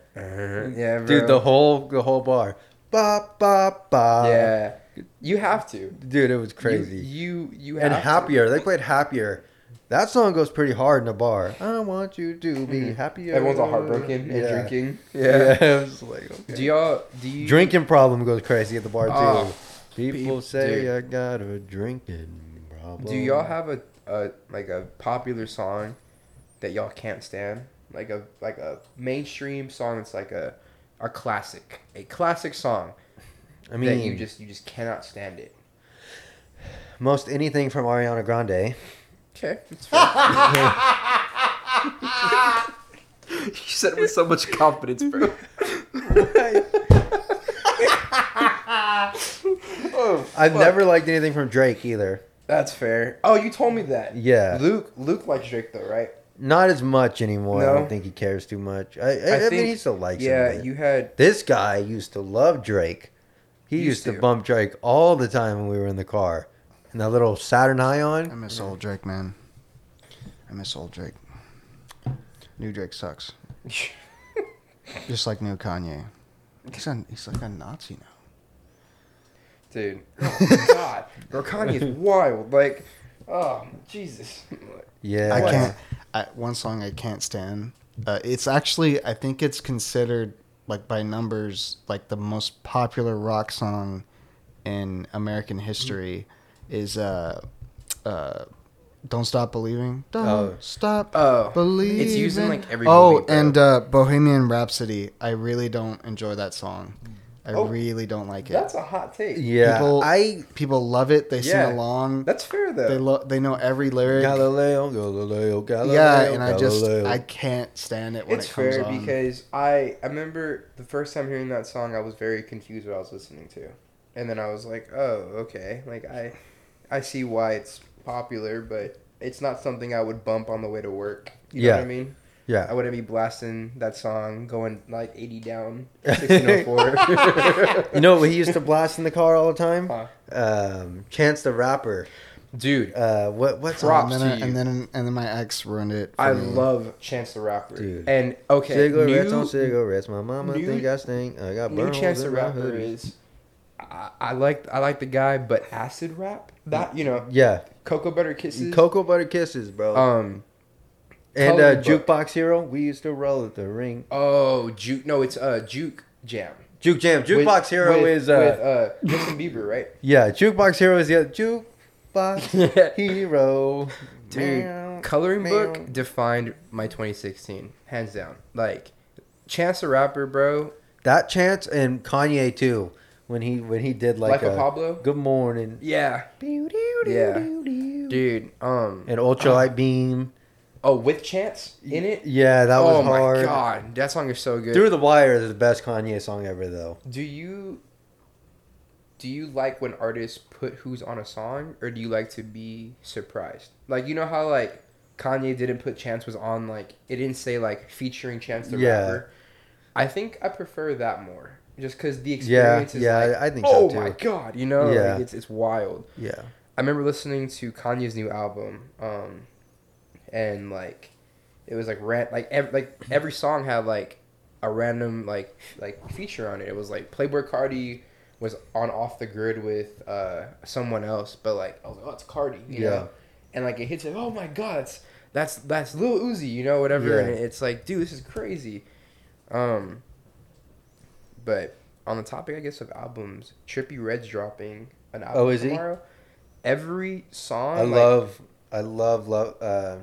yeah, bro. Dude, the whole the whole bar. Ba ba ba. yeah, you have to. Dude, it was crazy. You you, you and have to. happier. They played happier. That song goes pretty hard in the bar. I want you to be happier. Everyone's all heartbroken and Yeah. drinking. Yeah, Yeah. it was like, okay. Do y'all do you drinking problem goes crazy at the bar too. Oh, People peop- say dude. I got a drinking problem. Do y'all have a, a like a popular song that y'all can't stand? Like a like a mainstream song that's like a a classic, a classic song I mean, that you just you just cannot stand it. most anything from Ariana Grande. Okay, that's fair. you said it with so much confidence, bro. oh, I've fuck. never liked anything from Drake either. That's fair. Oh, you told me that. Yeah. Luke Luke likes Drake though, right? Not as much anymore. I No? don't think he cares too much. I, I, I mean, he still likes him, Yeah, but- you had This guy used to love Drake. He used, Used to. to. bump Drake all the time when we were in the car. And that little Saturn High I on. miss old Drake, man. I miss old Drake. New Drake sucks. Just like new Kanye. He's on, he's like a Nazi now. dude. Oh my God, bro, Kanye's wild. Like, oh Jesus. Yeah. I What? can't. I, one song I can't stand. Uh, it's actually, I think it's considered like by numbers, like the most popular rock song in American history is uh, uh, "Don't Stop Believing." Don't Oh. stop Oh, believing. it's used in, like, every Oh, movie, bro. and uh, Bohemian Rhapsody. I really don't enjoy that song. I Oh. really don't like it. That's a hot take. Yeah. People- I People love it. They Yeah. sing along. That's fair though. they lo- they know every lyric. Galileo, Galileo, Galileo. yeah, and I just Galileo. I can't stand it when it's it comes fair on. because I I remember the first time hearing that song, I was very confused what I was listening to, and then I was like, oh, okay, like I, I see why it's popular, but it's not something I would bump on the way to work. You know Yeah. what I mean? I yeah. wouldn't be blasting that song going like eighty down sixteen oh four. You know what he used to blast in the car all the time? Huh. Um, Chance the Rapper. Dude, Uh, what what's Props and then, to I- you. and then and then my ex ruined it. for I me. love Chance the Rapper. Dude. And okay, Cigarettes new, on cigarettes. My mama new- think I stink. I got new burn Chance holes the in my Rapper hoodie. is. I, I like I like the guy, but acid rap that you know Yeah, cocoa butter kisses. cocoa butter kisses, bro. um and uh, colored book. jukebox hero. We used to roll at the ring. oh juke no it's uh juke jam. Juke jam. With- Jukebox hero with- is uh, with, uh Justin Bieber right? Yeah, jukebox hero is the other. Jukebox hero, Dude, Meow, Coloring meow. Book defined my 2016 hands down. Like Chance the Rapper, bro. That chance and Kanye too. When he when he did Life like of Pablo? Good morning. Yeah, Yeah. Yeah. dude. Um And ultralight beam. oh with Chance in it. Yeah, that was oh hard. my god, that song is so good. Through the wire is the best Kanye song ever though. do you do you like when artists put who's on a song, or do you like to be surprised? Like you know how like Kanye didn't put Chance was on like it didn't say like featuring Chance the Yeah. rapper. I think I prefer that more, just because the Yeah, experience is yeah, like I I think so oh too. my god, you know, Yeah. like, it's it's wild. Yeah. I remember listening to Kanye's new album, um, and like it was like rant like ev- like every song had like a random like like feature on it. It was like Playboy Cardi was on off the grid with uh someone else, but like I was like, oh, it's Cardi, you Yeah. know, and like it hits like, oh my god, that's that's that's Lil Uzi, you know, whatever, Yeah. and it's like, dude, this is crazy. Um, but on the topic, I guess, of albums, Trippy Red's dropping an album Oh, is he? tomorrow. Every song, I like, love I love love uh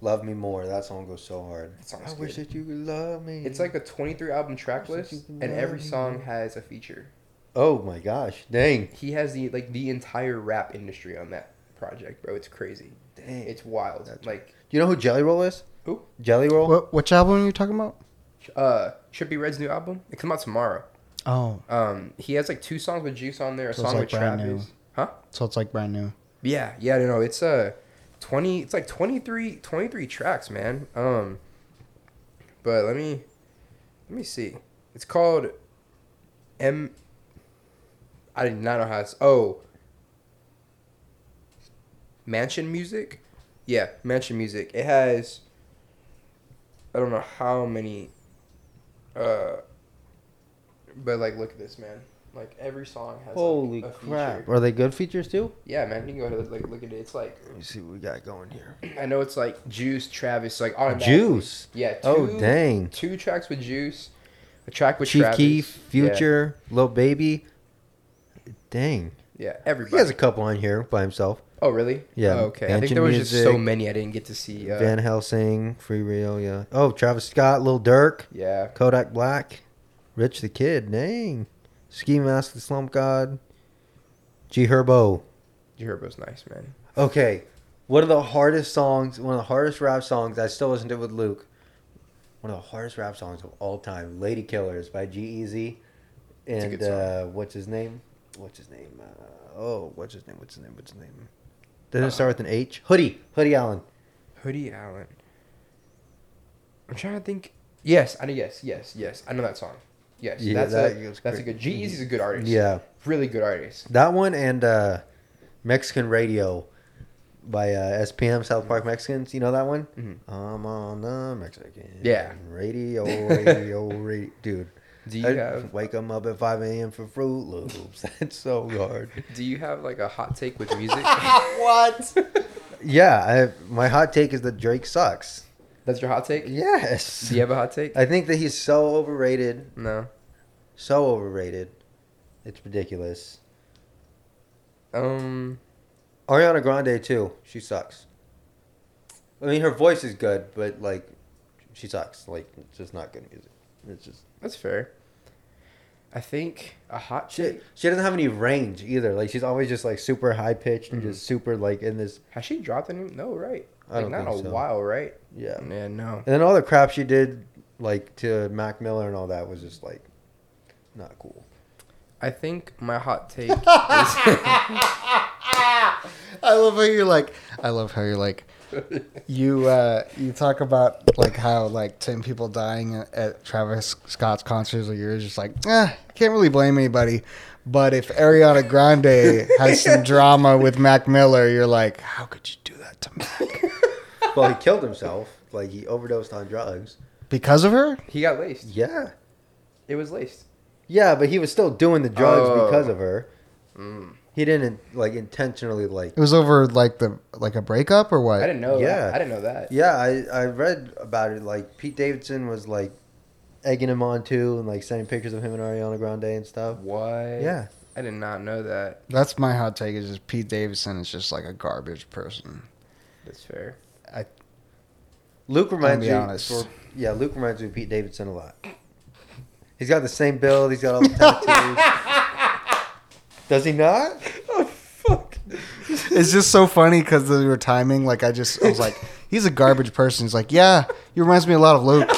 Love Me More. That song goes so hard. That song's I wish good. that you could love me. It's like a 23 album track Wish that list, you could and every love me song more. has a feature. oh my gosh, dang, He has the like the entire rap industry on that project, bro. It's crazy. dang. It's wild. That's- like you know who Jelly Roll is? Who? Jelly Roll. What which album are you talking about? uh Trippy Red's new album. It comes out tomorrow. Oh, Um, he has like two songs with Juice on there, a So it's song like with Travis. brand Huh? so it's like brand new. Yeah, yeah, no, no, it's uh 20 it's like 23 23 tracks, man. Um but let me let me see. It's called M I did not know how it's oh Mansion Music? Yeah, Mansion Music. It has I don't know how many uh but like look at this, man. Like every song has like, Holy a crap! feature. Are they good features too? Yeah, man, you can go ahead and like look at it. It's like Let me see what we got going here. I know it's like Juice, Travis, like automatically. Juice. Yeah. Two, Oh dang. Two tracks with Juice, a track with Chief Travis. Keef, Yeah, Future, Lil Baby. Dang. Yeah, He everybody. has a couple on here by himself. oh really? Yeah, Oh, okay. I think Mansion there was just so Music, many I didn't get to see. Uh, Van Helsing, Free Real, yeah. Oh, Travis Scott, Lil Durk, yeah. Kodak Black, Rich the Kid, dang. Ski Mask, The Slump God, G Herbo. Jerbo's nice, man. Okay. One of the hardest songs, one of the hardest rap songs, I still listen to it with Luke. One of the hardest rap songs of all time, Lady Killers by G Easy. It's a And good song. uh, what's his name? What's his name? Uh, oh, what's his name? What's his name? What's his name? Uh-uh. Doesn't it start with an H? Hoodie. Hoodie Allen. Hoodie Allen. I'm trying to think. Yes, I know. Yes, yes, yes. I know that song. Yes, Yeah, that's that a was that's a great. good. G Easy's a good artist. Yeah. really good artist. That one and uh, Mexican Radio by uh, SPM South Park Mexicans. You know that one? Mhm. I'm on the Mexican Yeah. radio, radio, radio. Dude, Do you I have wake 'em up at 5 a.m. for Fruit Loops. That's so hard. Do you have like a hot take with music? what? yeah, I my hot take is that Drake sucks. That's your hot take? Yes. Do you have a hot take? I think that he's so overrated. No. So overrated. It's ridiculous. Um. Ariana Grande too. She sucks. I mean, her voice is good, but like, she sucks. Like, it's just not good music. It's just That's fair. I think a hot she. chick. She doesn't have any range either. Like, she's always just like super high pitched and just super like in this. Has she dropped any? No, right? I don't not think a so. while, right? Yeah. And Yeah, no. then all the crap she did, like to Mac Miller and all that, was just like, not cool. I think my hot take. is... I love how you're like. I love how you're like. You uh, you talk about like how like ten people dying at, at Travis Scott's concerts a year is just like eh, can't really blame anybody, but if Ariana Grande has some drama with Mac Miller, you're like, how could you do that to Mac? well, he killed himself. Like he overdosed on drugs. Because of her? he got laced. Yeah. It was laced. Yeah, but he was still doing the drugs Oh. because of her. Mm. He didn't like intentionally like It was over like the like a breakup or I what? didn't know. Yeah. That. I didn't know that. Yeah, I, I read about it. Like Pete Davidson was like egging him on too, and like sending pictures of him and Ariana Grande and stuff. What? Yeah, I did not know that. That's my hot take. Is just Pete Davidson is just like a garbage person. That's fair. Luke reminds be me. honest. or- yeah, Luke reminds me of Pete Davidson a lot. He's got the same build. He's got all the tattoos. Does he not? Oh fuck. It's just so funny because we were timing. Like I just I was like, he's a garbage person. He's like, yeah, he reminds me a lot of Luke.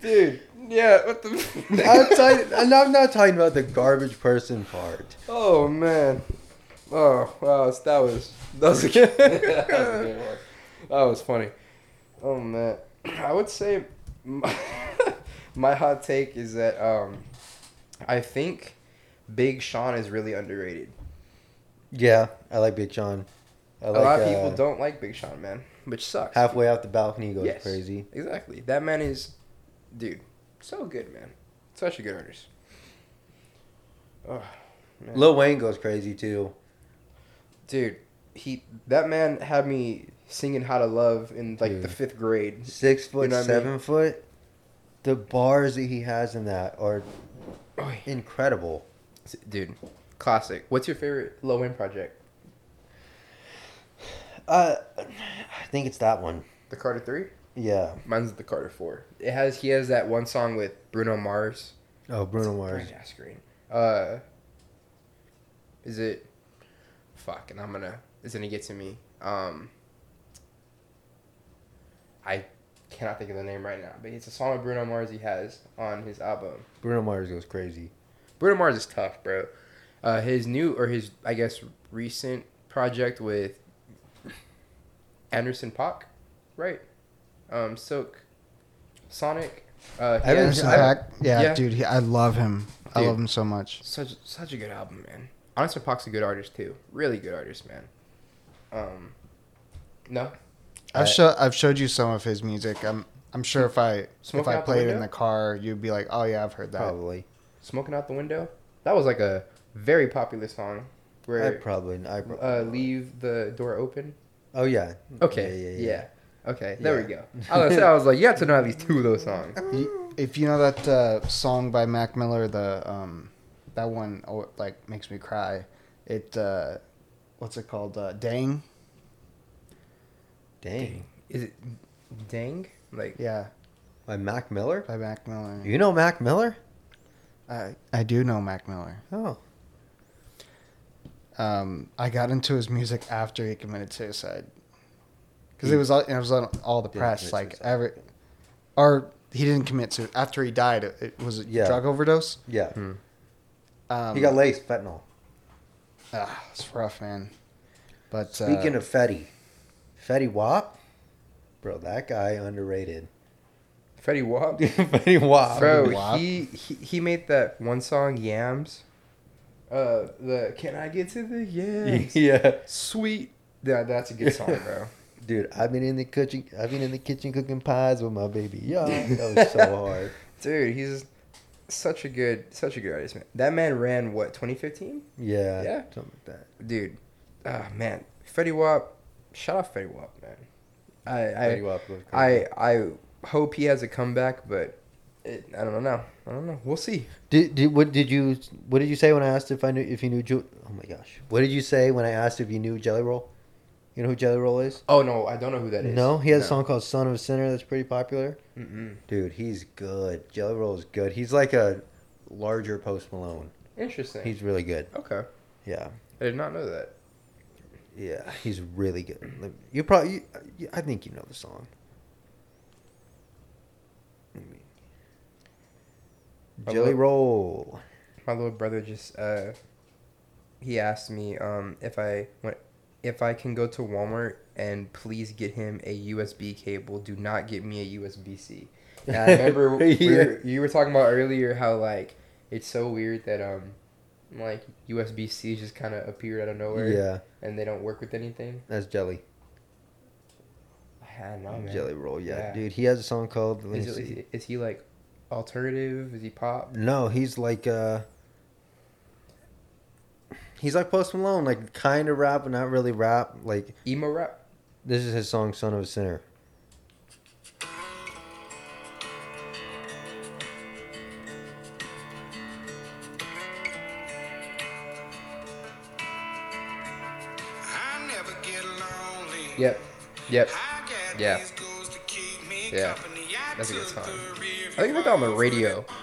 Dude. Yeah. What the? I'm, talking, and I'm not talking about the garbage person part. Oh man. Oh wow, it's- that was that was a good, that was a good one. That was funny. Oh man, I would say my, my hot take is that um, I think Big Sean is really underrated. Yeah, I like Big Sean. I like, a lot of uh, people don't like Big Sean, man, which sucks. Halfway out the balcony goes Yes. crazy. Exactly. That man is, dude, so good, man. Such a good artist. Oh, man. Lil Wayne goes crazy too. dude he that man had me singing how to love in like the Dude. fifth grade six foot, You know what I seven mean? foot. The bars that he has in that are incredible. dude classic what's your favorite low end project Uh, I think it's that one. The Carter Three. Yeah. Mine's the Carter Four. It has he has that one song with Bruno Mars. Oh, Bruno Mars. Brain ass green. Uh, is it? Fuck, and I'm gonna. It's gonna get to me. Um, I cannot think of the name right now, but it's a song of Bruno Mars he has on his album. Bruno Mars goes crazy. Bruno Mars is tough, bro. Uh, his new or his I guess recent project with Anderson Pock, right? Um, Silk, Sonic. Uh, he haven't- has- Anderson I- Paak, yeah, yeah. dude, he, I love him. I Dude. love him so much. such such a good album, man. Anderson Pock's a good artist too. Really good artist, man. Um, no, I've I- show, I've showed you some of his music. I'm I'm sure if I if Smoking I Out the played it in Window? the car, you'd be like, oh yeah, I've heard that. Probably. smoking out the window. That was like a very popular song. I Where probably. I prob- uh, leave the door open. Oh yeah. Okay, yeah, Okay, there we Yeah. go. I was, I was like, you have to know at least two of those songs. You- If you know that uh, song by Mac Miller, the um, that one oh, like makes me cry. It uh, what's it called? Uh, Dang. Dang. Is it Dang? Like Yeah, By Mac Miller. by Mac Miller. You know Mac Miller? I I do know Mac Miller. Oh. Um, I got into his music after he committed suicide because Hmm. it was all, it was on all the Didn't press commit like suicide. every or he didn't commit suicide after he died. It, it was a Yeah. drug overdose. Yeah. Um, He got laced fentanyl. ah, it's rough, man. But Speaking uh, of Fetty, Fetty Wap, bro, that guy underrated. Freddie Wap. Fetty Wap, Bro, Fetty Wap. He, he he made that one song Yams. Uh, the Can I Get to the Yams? yeah, Sweet. Yeah, that's a good song, bro. dude, I've been in the kitchen, I've been in the kitchen cooking pies with my baby. Yeah, that was so hard. Dude, he's such a good such a good artist, man. That man ran what 2015? Yeah, Yeah. something like that. Dude, ah man, Freddie Wap. Shout out Freddie Wap, man. I I Fetty Wap goes crazy. I I hope he has a comeback, but it, I don't know. I don't know. We'll see. did, did what did you what did you say when I asked if I knew if you knew? Ju- oh my gosh, what did you say when I asked if you knew Jelly Roll? You know who Jelly Roll is? Oh no, I don't know who that is. No, he has a song called "Son of a Sinner" that's pretty popular. Mm-mm. Dude, he's good. Jelly Roll is good. He's like a larger Post Malone. Interesting. He's really good. okay. Yeah, I did not know that. yeah, he's really good. Let me- You probably, you, I think you know the song. Let me- I Jelly will- Roll. My little brother just uh, he asked me um if I went if I can go to Walmart and please get him a USB cable. Do not get me a USB C. And I remember we Yeah. were- you were talking about earlier how like it's so weird that um like USB C's just kind of appeared out of nowhere Yeah, and they don't work with anything. that's Jelly. I don't know, Oh, man. Jelly Roll. Yeah. Yeah. dude, he has a song called. Let me Is, see. it, is he like alternative? Is he pop? No, he's like uh He's like Post Malone, like kind of rap, but not really rap. Like Emo rap? this is his song "Son of a Sinner." I never get lonely. Yep. Yep. Yeah. Yeah. Yeah. Yeah. That's That's a a good good song. time. I think we got on the radio. Mm-hmm.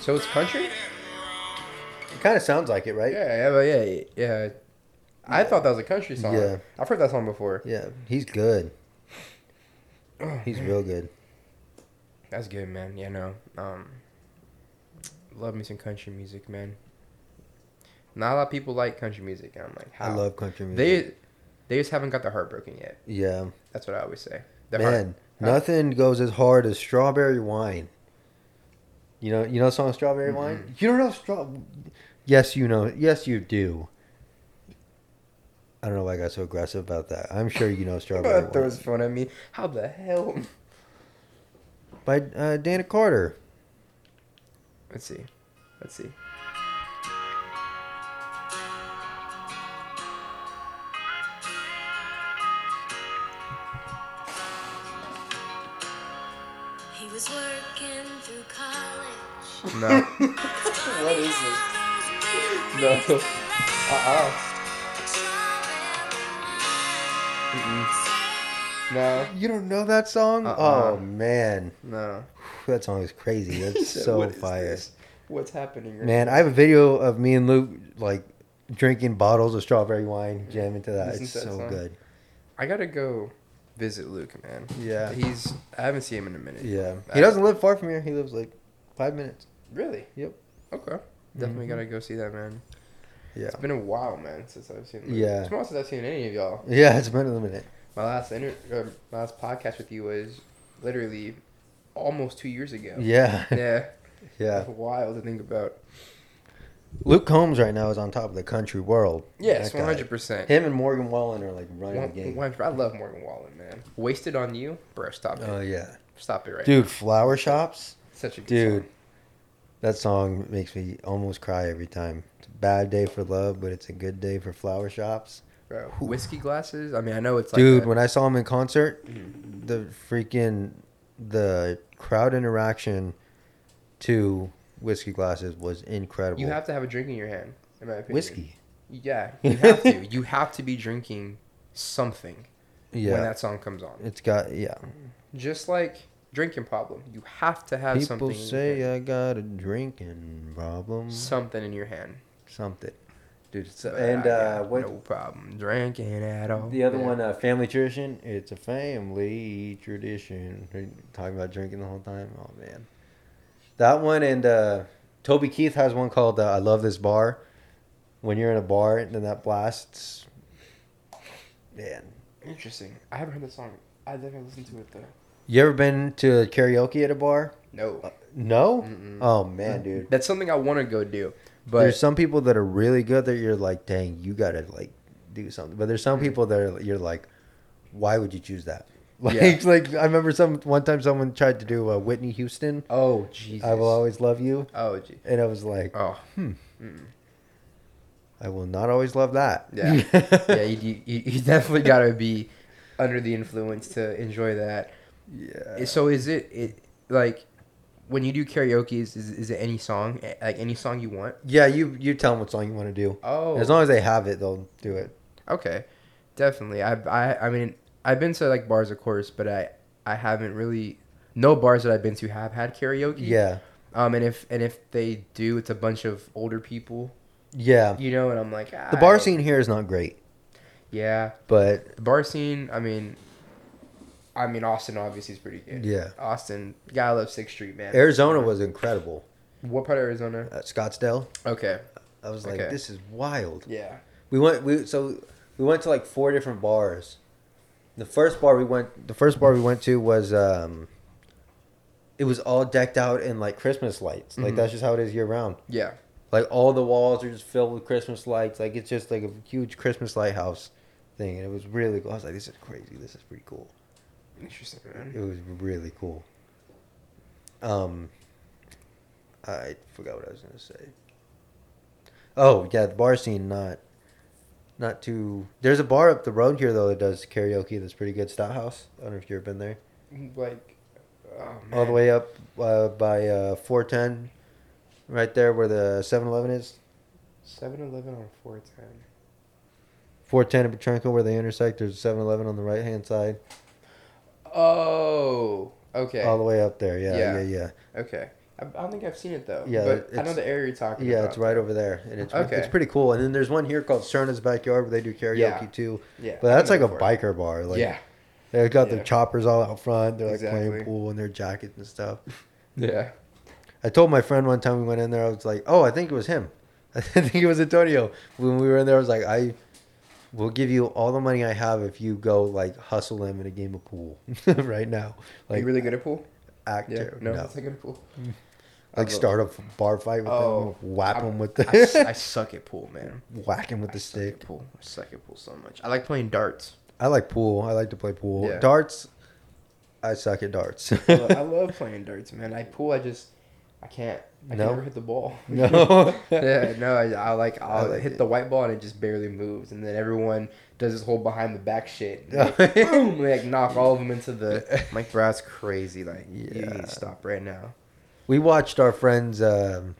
So it's country? It kind of sounds like it, right? Yeah, yeah, but yeah, yeah. I thought that was a country song. Yeah. I've heard that song before. Yeah, he's good. He's real good. That's good, man. Yeah, no. Um, love me some country music, man. Not a lot of people like country music, and I'm like, how? I love country music. They, they just haven't got the heartbroken yet. yeah, That's what I always say. The heart- man, nothing goes as hard as strawberry wine. You know, you know, the song "Strawberry Mm-hmm. Wine." You don't know straw. Yes, you know. Yes, you do. I don't know why I got so aggressive about that. I'm sure you know "Strawberry Everyone Wine." throws fun at me. How the hell? by uh, Dana Carter. Let's see. Let's see. He was working through college. No. What is this? No. Uh-uh. No. You don't know that song? Uh-uh. Oh, man. No. That song is crazy. That's Said, so "What is fire. this? What's happening right Man, I have a video of me and Luke, like, drinking bottles of strawberry wine, jamming to that. Listen It's to that so song. good. I gotta go visit Luke, man. Yeah. He's I haven't seen him in a minute. Yeah. I- He doesn't live far from here. He lives, like, five minutes. Really? Yep. Okay. Definitely Mhm. gotta go see that man. Yeah. It's been a while, man, since I've seen. Luke. Yeah. It's been a while since I've seen any of y'all. Yeah, it's been a minute. My last inter- or my last podcast with you was literally almost two years ago. Yeah. Yeah. Yeah. That's wild to think about. Luke Combs right now is on top of the country world. Yes, That guy. one hundred percent. Him and Morgan Wallen are like running the game. I love Morgan Wallen, man. Wasted on you, bro. Stop it. Oh yeah, Stop it right. now. dude! Flower shops. Such a good Dude, song. that song makes me almost cry every time. It's a bad day for love, but it's a good day for flower shops. bro. Whiskey glasses. I mean, I know it's like dude, a- when I saw him in concert, the freaking the crowd interaction to whiskey glasses was incredible. you have to have a drink in your hand. In my opinion, whiskey. Yeah, you have to. you have to be drinking something when Yeah, that song comes on. it's got yeah. Just like drinking problem, you have to have People something. in your say um, hand. I got a drinking problem. something in your hand. something. Dude, so, But and I uh, got what No problem drinking at all. the other Yeah. one, uh, family tradition. It's a family tradition. Are you Talking about drinking the whole time. Oh man, that one and uh, Toby Keith has one called uh, "I Love This Bar." When you're in a bar, and then that blasts. Man, Interesting. I haven't heard the song. I never listened to it though. you ever been to karaoke at a bar? No, No. Mm-mm. Oh man, dude. that's something I want to go do, but there's some people that are really good that you're like, dang, you gotta like do something. But there's Mm-hmm. some people that are, you're like, why would you choose that? Like, Yeah. like I remember some one time someone tried to do uh, Whitney Houston. oh Jesus, I will always love you, oh gee, and I was like, oh I will not always love that. Yeah. yeah, you, you, you you definitely gotta be under the influence to enjoy that. yeah. Uh, So is it it like when you do karaoke? Is is, is it any song A- like any song you want? Yeah, you you tell them what song you want to do. Oh, As long as they have it, they'll do it. okay, definitely. I I I mean I've been to like bars of course, but I I haven't really no bars that I've been to have had karaoke. Yeah, Um, and if and if they do, it's a bunch of older people, yeah. you know. And I'm like The bar "I- scene here is not great, Yeah, but the bar scene. I mean, I mean Austin obviously is pretty good. yeah, Austin, gotta love Sixth Street, man. Arizona was incredible. What part of Arizona? Uh, Scottsdale, Okay. I was like, Okay. this is wild. Yeah. We went we so we went to like four different bars. The first bar we went the first bar we went to was um it was all decked out in like Christmas lights. Like Mhm. that's just how it is year round. Yeah. Like all the walls are just filled with Christmas lights. Like it's just like a huge Christmas lighthouse thing and it was really cool. I was like this is crazy. This is pretty cool. Interesting, It man. was really cool. Um I forgot what I was going to say. Oh, yeah, the bar scene not not too There's a bar up the road here though that does karaoke that's pretty good. Stout House. I don't know if you've ever been there. Like, oh, man. All the way up uh, by uh 410 right there where the 7-Eleven is. 7 Eleven on 410. 410 and Petrenko where they intersect. There's a 7-Eleven on the right-hand side. Oh. Okay. All the way up there. Yeah, Yeah. yeah, yeah. okay. I, I don't think I've seen it, though. Yeah, But I know it's- the area you're talking Yeah, about. it's right over there, and it's Okay. it's pretty cool. And then there's one here called Cerna's Backyard where they do karaoke Yeah. too. Yeah. But that's I've like been a there biker bar. before. Like yeah. they've got Yeah. their choppers all out front. They're like Exactly. playing pool in their jackets and stuff. Yeah. I told my friend one time we went in there. I was like, "Oh, I think it was him. I think it was Antonio." When we were in there, I was like, "I will give you all the money I have if you go like hustle him in a game of pool right Are now." Like you really good at pool? Yeah. actor, No. no, That's not good at pool. like I start a bar fight with Oh, him, whap I'm- him with I, s- I the suck at pool, man. whack him with I the suck stick. at pool. I suck at pool so much. I like playing darts. I like pool. I like to play pool. Yeah. Darts, I suck at darts. Look, I love playing darts, man. I pool, I just, I can't. I No? can never hit the ball. no. yeah, no, I, I like I'll like hit it. the white ball and it just barely moves, and then everyone does this whole behind the back shit. and Yeah. Like, boom, like knock all of them into the. I'm like, bro, that's crazy. Like, you need Yeah. to stop right now. We watched our friends um,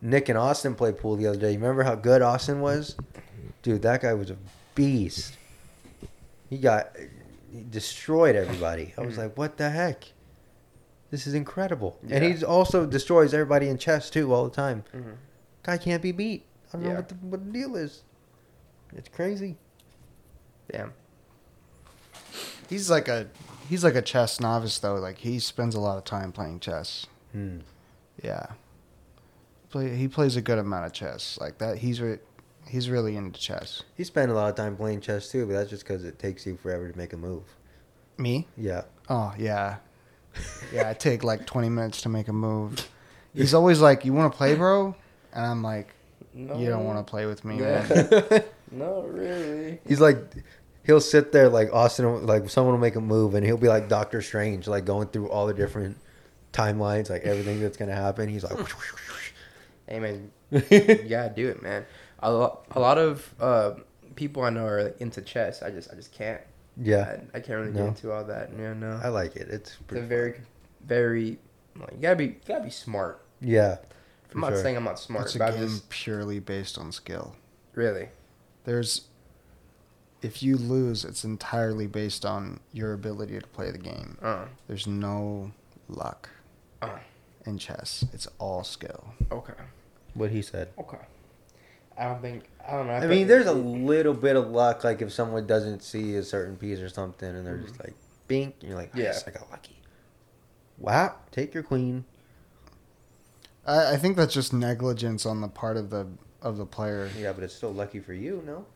Nick and Austin play pool the other day. You remember how good Austin was? Dude, that guy was a beast. He got he destroyed everybody. I Mm-hmm. was like, what the heck? This is incredible. And Yeah. he also destroys everybody in chess too all the time. Mhm. Guy can't be beat. I don't know Yeah. what the, what the deal is. It's crazy. Damn. He's like a he's like a chess novice though. Like he spends a lot of time playing chess. Hmm. Yeah. Play, he plays a good amount of chess. Like that he's re, he's really into chess. You spend a lot of time playing chess too, but that's just because it takes you forever to make a move. Me? Yeah. Oh, yeah. Yeah, I take like 20 minutes to make a move. He's always like, "You want to play, bro?" And I'm like, No. "You don't want to play with me." Yeah. man." No, really. He's like, he'll sit there like Austin, will- like someone will make a move, and he'll be like Doctor Strange, like going through all the different timelines, like everything that's gonna happen. He's like, Hey man, you gotta do it, man. A lot, a lot of uh, people I know are into chess. I just, I just can't. yeah, I, I can't really No. get into all that. Yeah, no. I like it. It's it's a pretty very, very. Like, you gotta be, you gotta be smart. fun. yeah, I'm not sure. saying I'm not smart, It's a but game I'm just purely based on skill. really. There's if you lose, it's entirely based on your ability to play the game. Uh, There's no luck uh, in chess. It's all skill. okay, what he said. okay. I don't think I don't know. I think- mean, there's a little bit of luck, like if someone doesn't see a certain piece or something, and they're just like, bink, and you're like, Yeah. yes, I got lucky. Wow, take your queen. I, I think that's just negligence on the part of the of the player. Yeah, but it's still lucky for you, no?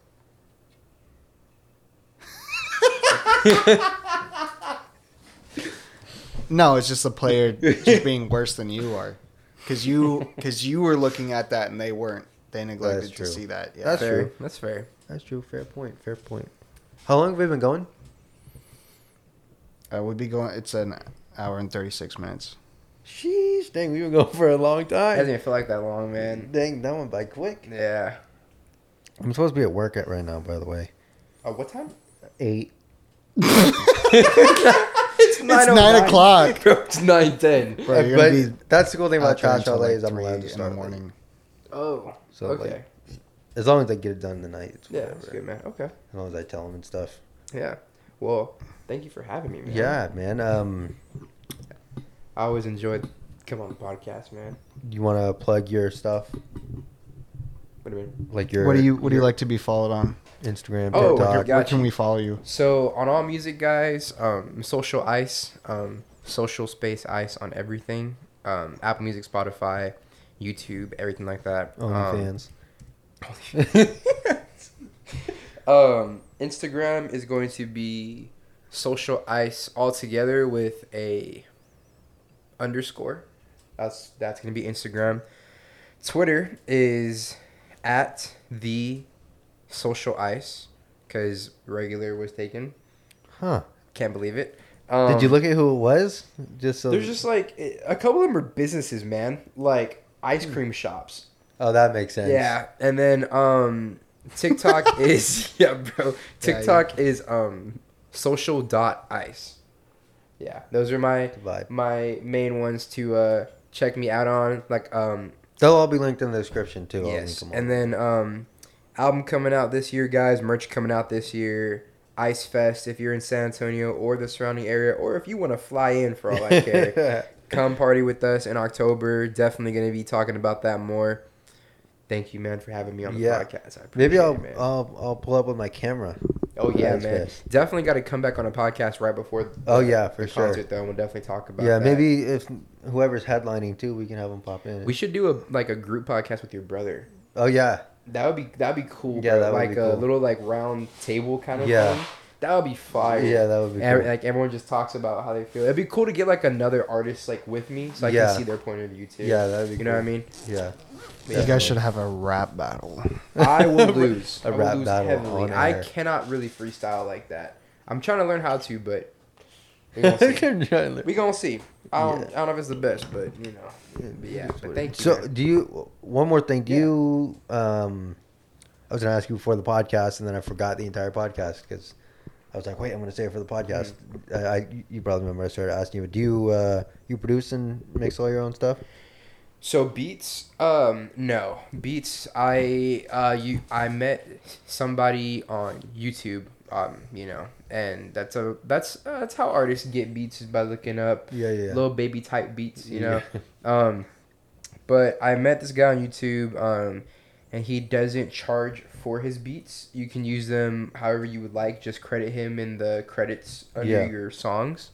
No, it's just the player just being worse than you are, because you because you were looking at that and they weren't. They neglected to true. see that. Yeah. That's fair. true. That's fair. That's true. Fair point. Fair point. How long have we been going? uh, we'd be going. It's an hour and thirty six minutes. Sheesh, dang, we've been going for a long It doesn't time. even feel like that long, man. Dang, that went by quick. Yeah. I'm supposed to be at work at right now, by the way. Uh, what time? Eight. It's It's nine o'clock. Bro, it's nine ten. Bro, you're Uh, but gonna be that's the cool thing about out there trash until LA like is I'm allowed three to in the start morning. morning. Oh. So, like, okay. As long as I get it done tonight, it's yeah, whatever. that's good, man. Okay. As long as I tell them and stuff. Yeah. Well, thank you for having me, man. Yeah, man. Um, I always enjoyed coming on the podcast, man. you want to plug your stuff, What do you mean? like your what do you What do you your like to be followed on? Instagram, Oh, TikTok. your- Where Gotcha. can we follow you? So on all music, guys, um, social ice, um, social space ice on everything, um, Apple Music, Spotify, YouTube, everything like that. Um, OnlyFans. um, Instagram is going to be social ice all together with a underscore. That's that's gonna be Instagram. Twitter is at the social ice because regular was taken. huh? Can't believe it. Um, Did you look at who it was? Just so There's just like a couple of them are businesses, man. Like ice cream shops. Oh, that makes sense. Yeah, and then um, TikTok is yeah, bro. TikTok is um, social dot ice. Yeah, those are my Vibe. my main ones to uh, check me out on. Like um, They'll all be linked in the description too. I'll link yes, them all. and then um, album coming out this year, guys. Merch coming out this year. Ice Fest if you're in San Antonio or the surrounding area, or if you want to fly in for all I care. come party with us in October. Definitely going to be talking about that more. Thank you, man, for having me on the Yeah. podcast. I appreciate Maybe I'll, it, man. I'll I'll pull up with my camera. oh yeah, That's man. good. Definitely got to come back on a podcast right before. the- Oh yeah, for the sure. concert though, and we'll definitely talk about. yeah, that. maybe if whoever's headlining too, we can have them pop in. we should do a like a group podcast with your brother. oh yeah, That would be that'd be cool. Yeah, bro. that would like be a cool. little like round table kind of Yeah. thing. That would be fire. yeah, that would be Every- cool. like everyone just talks about how they feel. It'd be cool to get like another artist like with me, so I Yeah. can see their point of view too. Yeah, that'd be you know what I cool. mean. Yeah, You guys should have a rap battle. I will lose. A I will rap lose battle heavily. on I air. cannot really freestyle like that. I'm trying to learn how to, but we gonna see. definitely. we gonna see. I don't, I don't know if it's the best, but you know. But yeah, but thank you. so man. do you? One more thing. Do Yeah. you? Um, I was gonna ask you before the podcast, and then I forgot the entire podcast because I was like, wait, I'm gonna save it for the podcast. Mm-hmm. I, I you probably remember I started asking you, do you uh, you produce and mix all your own stuff? So beats, um, no beats. I uh, you I met somebody on YouTube, um, you know, and that's a that's uh, that's how artists get beats is by looking up Yeah, yeah, yeah. little baby type beats, you know. Um, but I met this guy on YouTube, um, and he doesn't charge for his beats. You can use them however you would like. Just credit him in the credits under Yeah. your songs.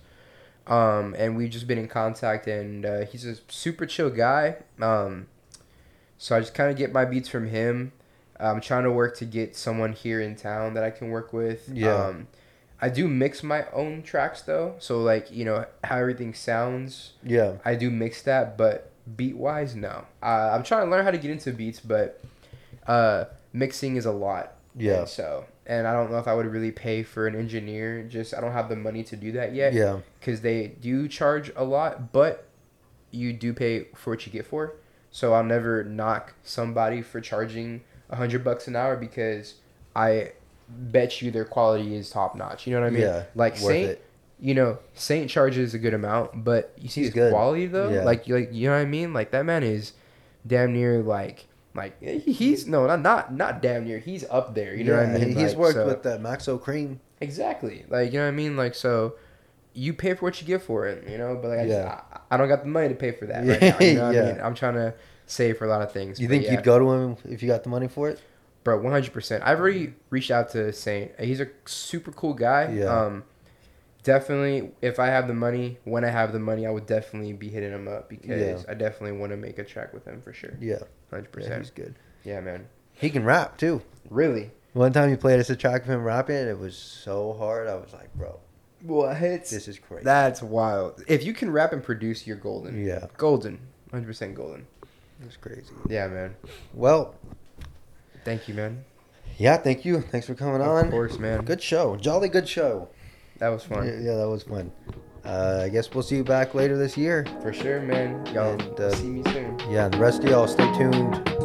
Um, and we've just been in contact, and uh, he's a super chill guy. Um, so I just kind of get my beats from him. I'm trying to work to get someone here in town that I can work with. Yeah. Um, I do mix my own tracks though, so like you know how everything sounds. Yeah. I do mix that, but beat wise, no. Uh, I'm trying to learn how to get into beats, but uh, mixing is a lot. Yeah. And so, and I don't know if I would really pay for an engineer. Just I don't have the money to do that yet. Yeah. Because they do charge a lot, but you do pay for what you get for. So I'll never knock somebody for charging a hundred bucks an hour because I bet you their quality is top notch. You know what I mean? Yeah, Like worth Saint, it. you know, Saint charges a good amount, but you see He's his good. quality though. Yeah. Like, you- like you know what I mean? Like that man is damn near like like eh, he- he's no not not not damn near he's up there. You know yeah, what I mean? He's Like, worked so- with uh, the Maxo Cream. exactly like you know what I mean. Like so. You pay for what you get for it, you know. But like, I, just, Yeah. I, I don't got the money to pay for that. Right Yeah, now, you know what yeah. I mean? I'm trying to save for a lot of things. You but think yeah. you'd go to him if you got the money for it? Bro, one hundred percent. I've already reached out to Saint. He's a super cool guy. Yeah. Um, definitely, if I have the money, when I have the money, I would definitely be hitting him up because I definitely want to make a track with him for sure. Yeah. Hundred yeah he's percent. good. Yeah, man. He can rap too. Really? One time you played us a track of him rapping, and it was so hard. I was like, bro, What? this is crazy. That's wild. If you can rap and produce, you're golden. yeah, Golden. Hundred percent golden. it's crazy. Yeah, man. Well, Thank you, man. yeah, thank you. Thanks for coming on. Of course, man. Good show. Jolly good show. That was Yeah, fun. yeah, that was fun. Uh, I guess we'll see you back later this year. For sure, man. Y'all And, uh, see me soon. Yeah, and the rest of y'all stay tuned.